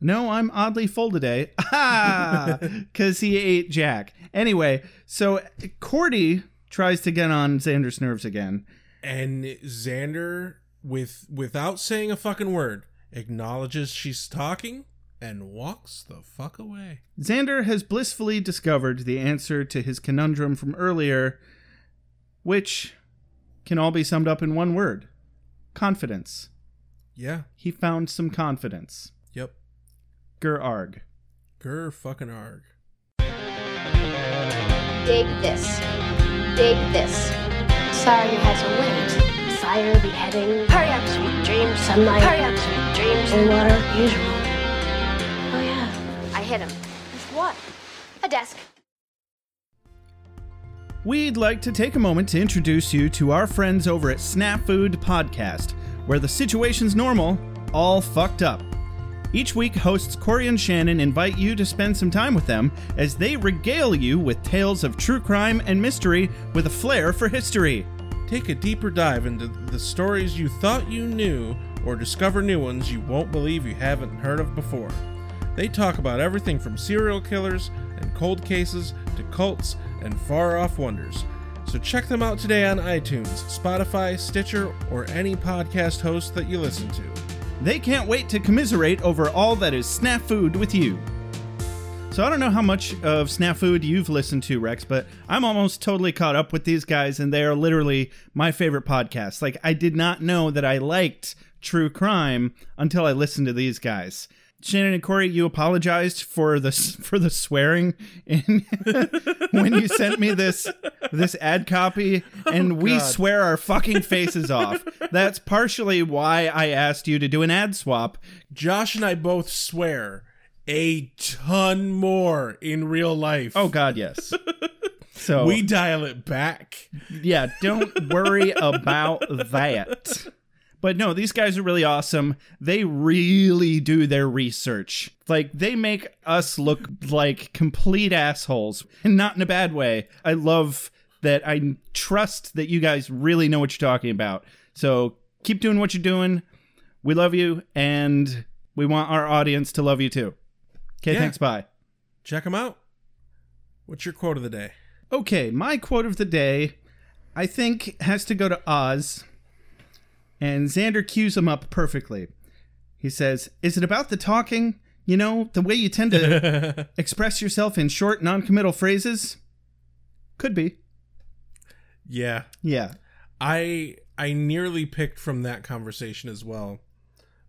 S1: no, I'm oddly full today. Ah, because he ate Jack. Anyway, so Cordy tries to get on Xander's nerves again.
S7: and Xander with without saying a fucking word acknowledges she's talking and walks the fuck away.
S1: Xander has blissfully discovered the answer to his conundrum from earlier, which can all be summed up in one word confidence.
S7: Yeah.
S1: He found some confidence.
S7: Yep.
S1: Gerarg.
S7: Grr fucking arg.
S13: Dig this. Dig this. Sire has a weight. Sire beheading. Hurry up, sweet dreams. Sunlight.
S4: Hurry
S13: up, sweet dreams. And water. Usual. Oh, yeah. I hit him. With what? A desk.
S1: We'd like to take a moment to introduce you to our friends over at Snap Food Podcast, where the situation's normal, all fucked up. Each week, hosts Corey and Shannon invite you to spend some time with them as they regale you with tales of true crime and mystery with a flair for history.
S7: Take a deeper dive into the stories you thought you knew or discover new ones you won't believe you haven't heard of before. They talk about everything from serial killers and cold cases to cults and far off wonders. So check them out today on iTunes, Spotify, Stitcher, or any podcast host that you listen to.
S1: They can't wait to commiserate over all that is Snap Food with you. So I don't know how much of Snap Food you've listened to, Rex, but I'm almost totally caught up with these guys, and they are literally my favorite podcast. Like I did not know that I liked true crime until I listened to these guys. Shannon and Corey, you apologized for the for the swearing in, when you sent me this this ad copy, and we
S7: God.
S1: swear our fucking faces off. That's partially why I asked you to do an ad swap.
S7: Josh and I both swear a ton more in real life.
S1: Oh God, yes. So
S7: We dial it back.
S1: yeah, don't worry about that. But no, these guys are really awesome. They really do their research. Like they make us look like complete assholes, and not in a bad way. I love that. I trust that you guys really know what you're talking about. So keep doing what you're doing. We love you, and we want our audience to love you too. Okay,
S7: Yeah.
S1: thanks. Bye.
S7: Check them out. What's your quote of the day?
S1: Okay, my quote of the day, I think, has to go to Oz. And Xander cues him up perfectly. He says, Is it about the talking? You know, the way you tend to express yourself in short, non committal phrases? Could be.
S7: Yeah.
S1: Yeah.
S7: I I nearly picked from that conversation as well.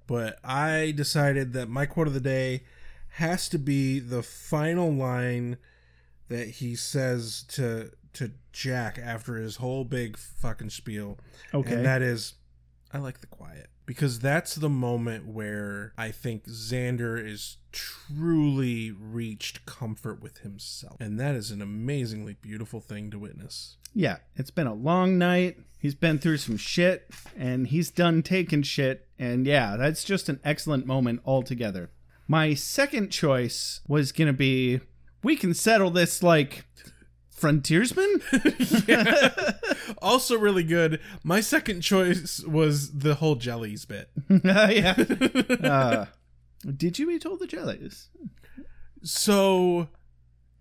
S7: But I decided that my quote of the day has to be the final line that he says to to Jack after his whole big fucking spiel.
S1: Okay.
S7: And that is I like the quiet because that's the moment where I think Xander is truly reached comfort with himself. And that is an amazingly beautiful thing to witness.
S1: Yeah, it's been a long night. He's been through some shit and he's done taking shit. And yeah, that's just an excellent moment altogether. My second choice was going to be we can settle this like frontiersman?
S7: Also, really good. My second choice was the whole jellies bit.
S1: yeah. Uh, did you eat all the jellies?
S7: So,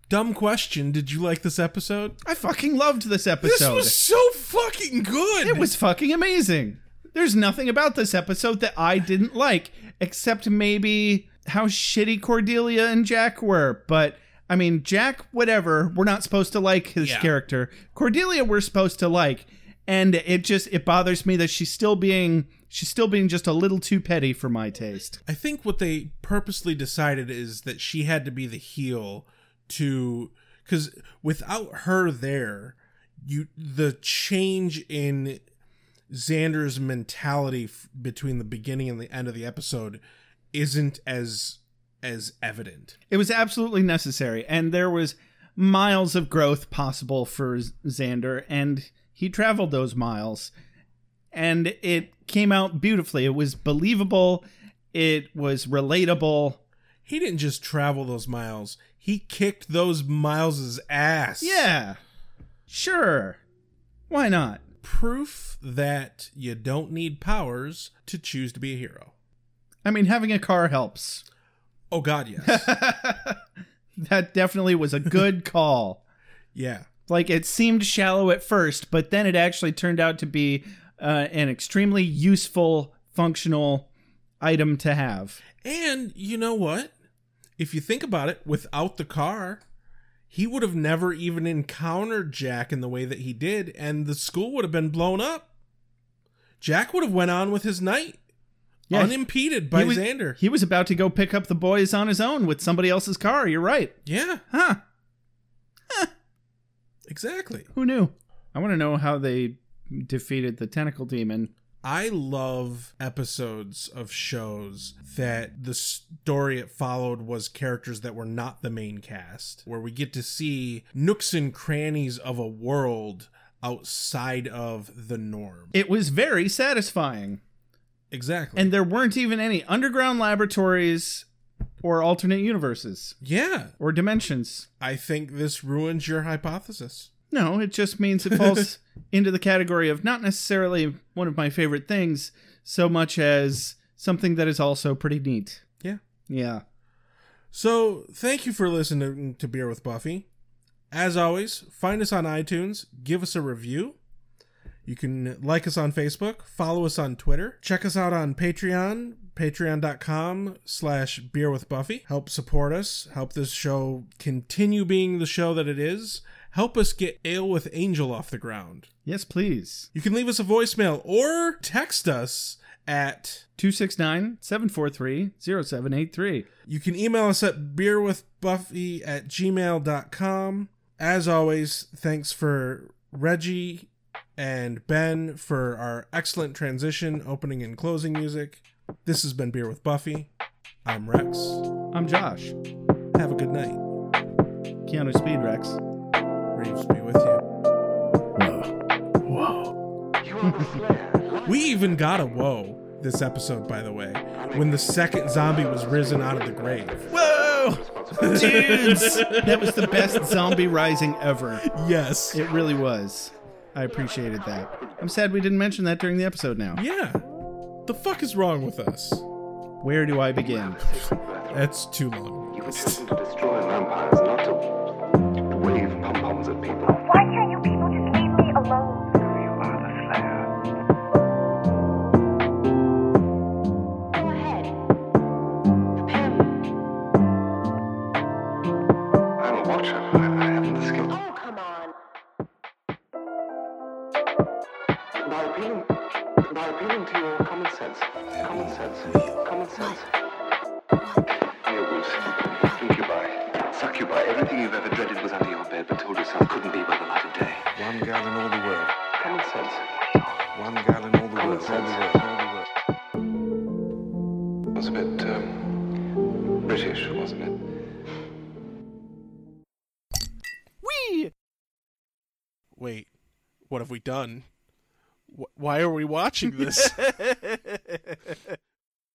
S7: dumb question. Did you like this episode?
S1: I fucking loved this episode.
S7: This was so fucking good.
S1: It was fucking amazing. There's nothing about this episode that I didn't like, except maybe how shitty Cordelia and Jack were. But I mean, Jack, whatever, we're not supposed to like his
S7: Yeah.
S1: character. Cordelia, we're supposed to like, and it just it bothers me that she's still being she's still being just a little too petty for my taste.
S7: I think what they purposely decided is that she had to be the heel to cuz without her there you the change in Xander's mentality f- between the beginning and the end of the episode isn't as as evident.
S1: It was absolutely necessary, and there was miles of growth possible for Z- Xander, and he traveled those miles, and it came out beautifully. It was believable. It was relatable.
S7: He didn't just travel those miles. He kicked those miles' ass.
S1: Yeah, sure. Why not?
S7: Proof that you don't need powers to choose to be a hero.
S1: I mean, having a car helps.
S7: Oh god, yes.
S1: That definitely was a good call.
S7: yeah.
S1: Like it seemed shallow at first, but then it actually turned out to be uh, an extremely useful, functional item to have.
S7: And you know what? If you think about it, without the car, he would have never even encountered Jack in the way that he did, and the school would have been blown up. Jack would have went on with his night,
S1: Yeah.
S7: unimpeded by
S1: he was,
S7: Xander.
S1: He was about to go pick up the boys on his own with somebody else's car. You're right.
S7: yeah,
S1: Huh.
S7: exactly.
S1: Who knew? I want to know how they defeated the tentacle demon.
S7: I love episodes of shows that the story it followed was characters that were not the main cast, where we get to see nooks and crannies of a world outside of the norm.
S1: It was very satisfying.
S7: Exactly.
S1: And there weren't even any underground laboratories or alternate universes
S7: yeah,
S1: or dimensions.
S7: I think this ruins your hypothesis.
S1: No, it just means it falls into the category of not necessarily one of my favorite things so much as something that is also pretty neat.
S7: Yeah.
S1: Yeah.
S7: So, thank you for listening to Beer with Buffy. As always, find us on iTunes, give us a review. You can like us on Facebook, follow us on Twitter, check us out on Patreon, patreon.com slash beer with Buffy. Help support us, help this show continue being the show that it is. Help us get Ale with Angel off the ground.
S1: Yes, please.
S7: You can leave us a voicemail or text us at
S1: 269 743 0783.
S7: You can email us at beerwithbuffy at gmail.com. As always, thanks for Reggie and Ben for our excellent transition, opening and closing music. This has been Beer with Buffy. I'm Rex.
S1: I'm Josh.
S7: Have a good night.
S1: Keanu Speed Rex.
S7: Reeves be with you.
S5: You are the slayer.
S7: We even got a whoa this episode, by the way, when the second zombie was risen out of the grave.
S1: Whoa! Dudes! that was the best zombie rising ever.
S7: Yes.
S1: It really was. I appreciated that. I'm sad we didn't mention that during the episode now.
S7: Yeah. The fuck is wrong with us?
S1: Where do I begin?
S7: That's too long.
S2: You were destined to destroy vampires, not to, to wave pom poms at people.
S6: Why can't you people just leave me alone?
S2: You are the Slayer.
S6: Go ahead. Prepare me.
S2: I'm a watcher. I, I haven't the skill.
S6: Oh, come on.
S2: By appealing, by appealing to your common sense, common sense, common sense. Werewolves, incubi, succubi, everything you've ever dreaded was under your bed, but told yourself couldn't be by the light of day.
S12: One girl in all the world.
S2: Common sense,
S12: One girl in all the
S2: common
S12: world. All the
S2: sense,
S12: world. British, wasn't it?
S9: Wee!
S7: Wait, what have we done? Wh- why are we watching this?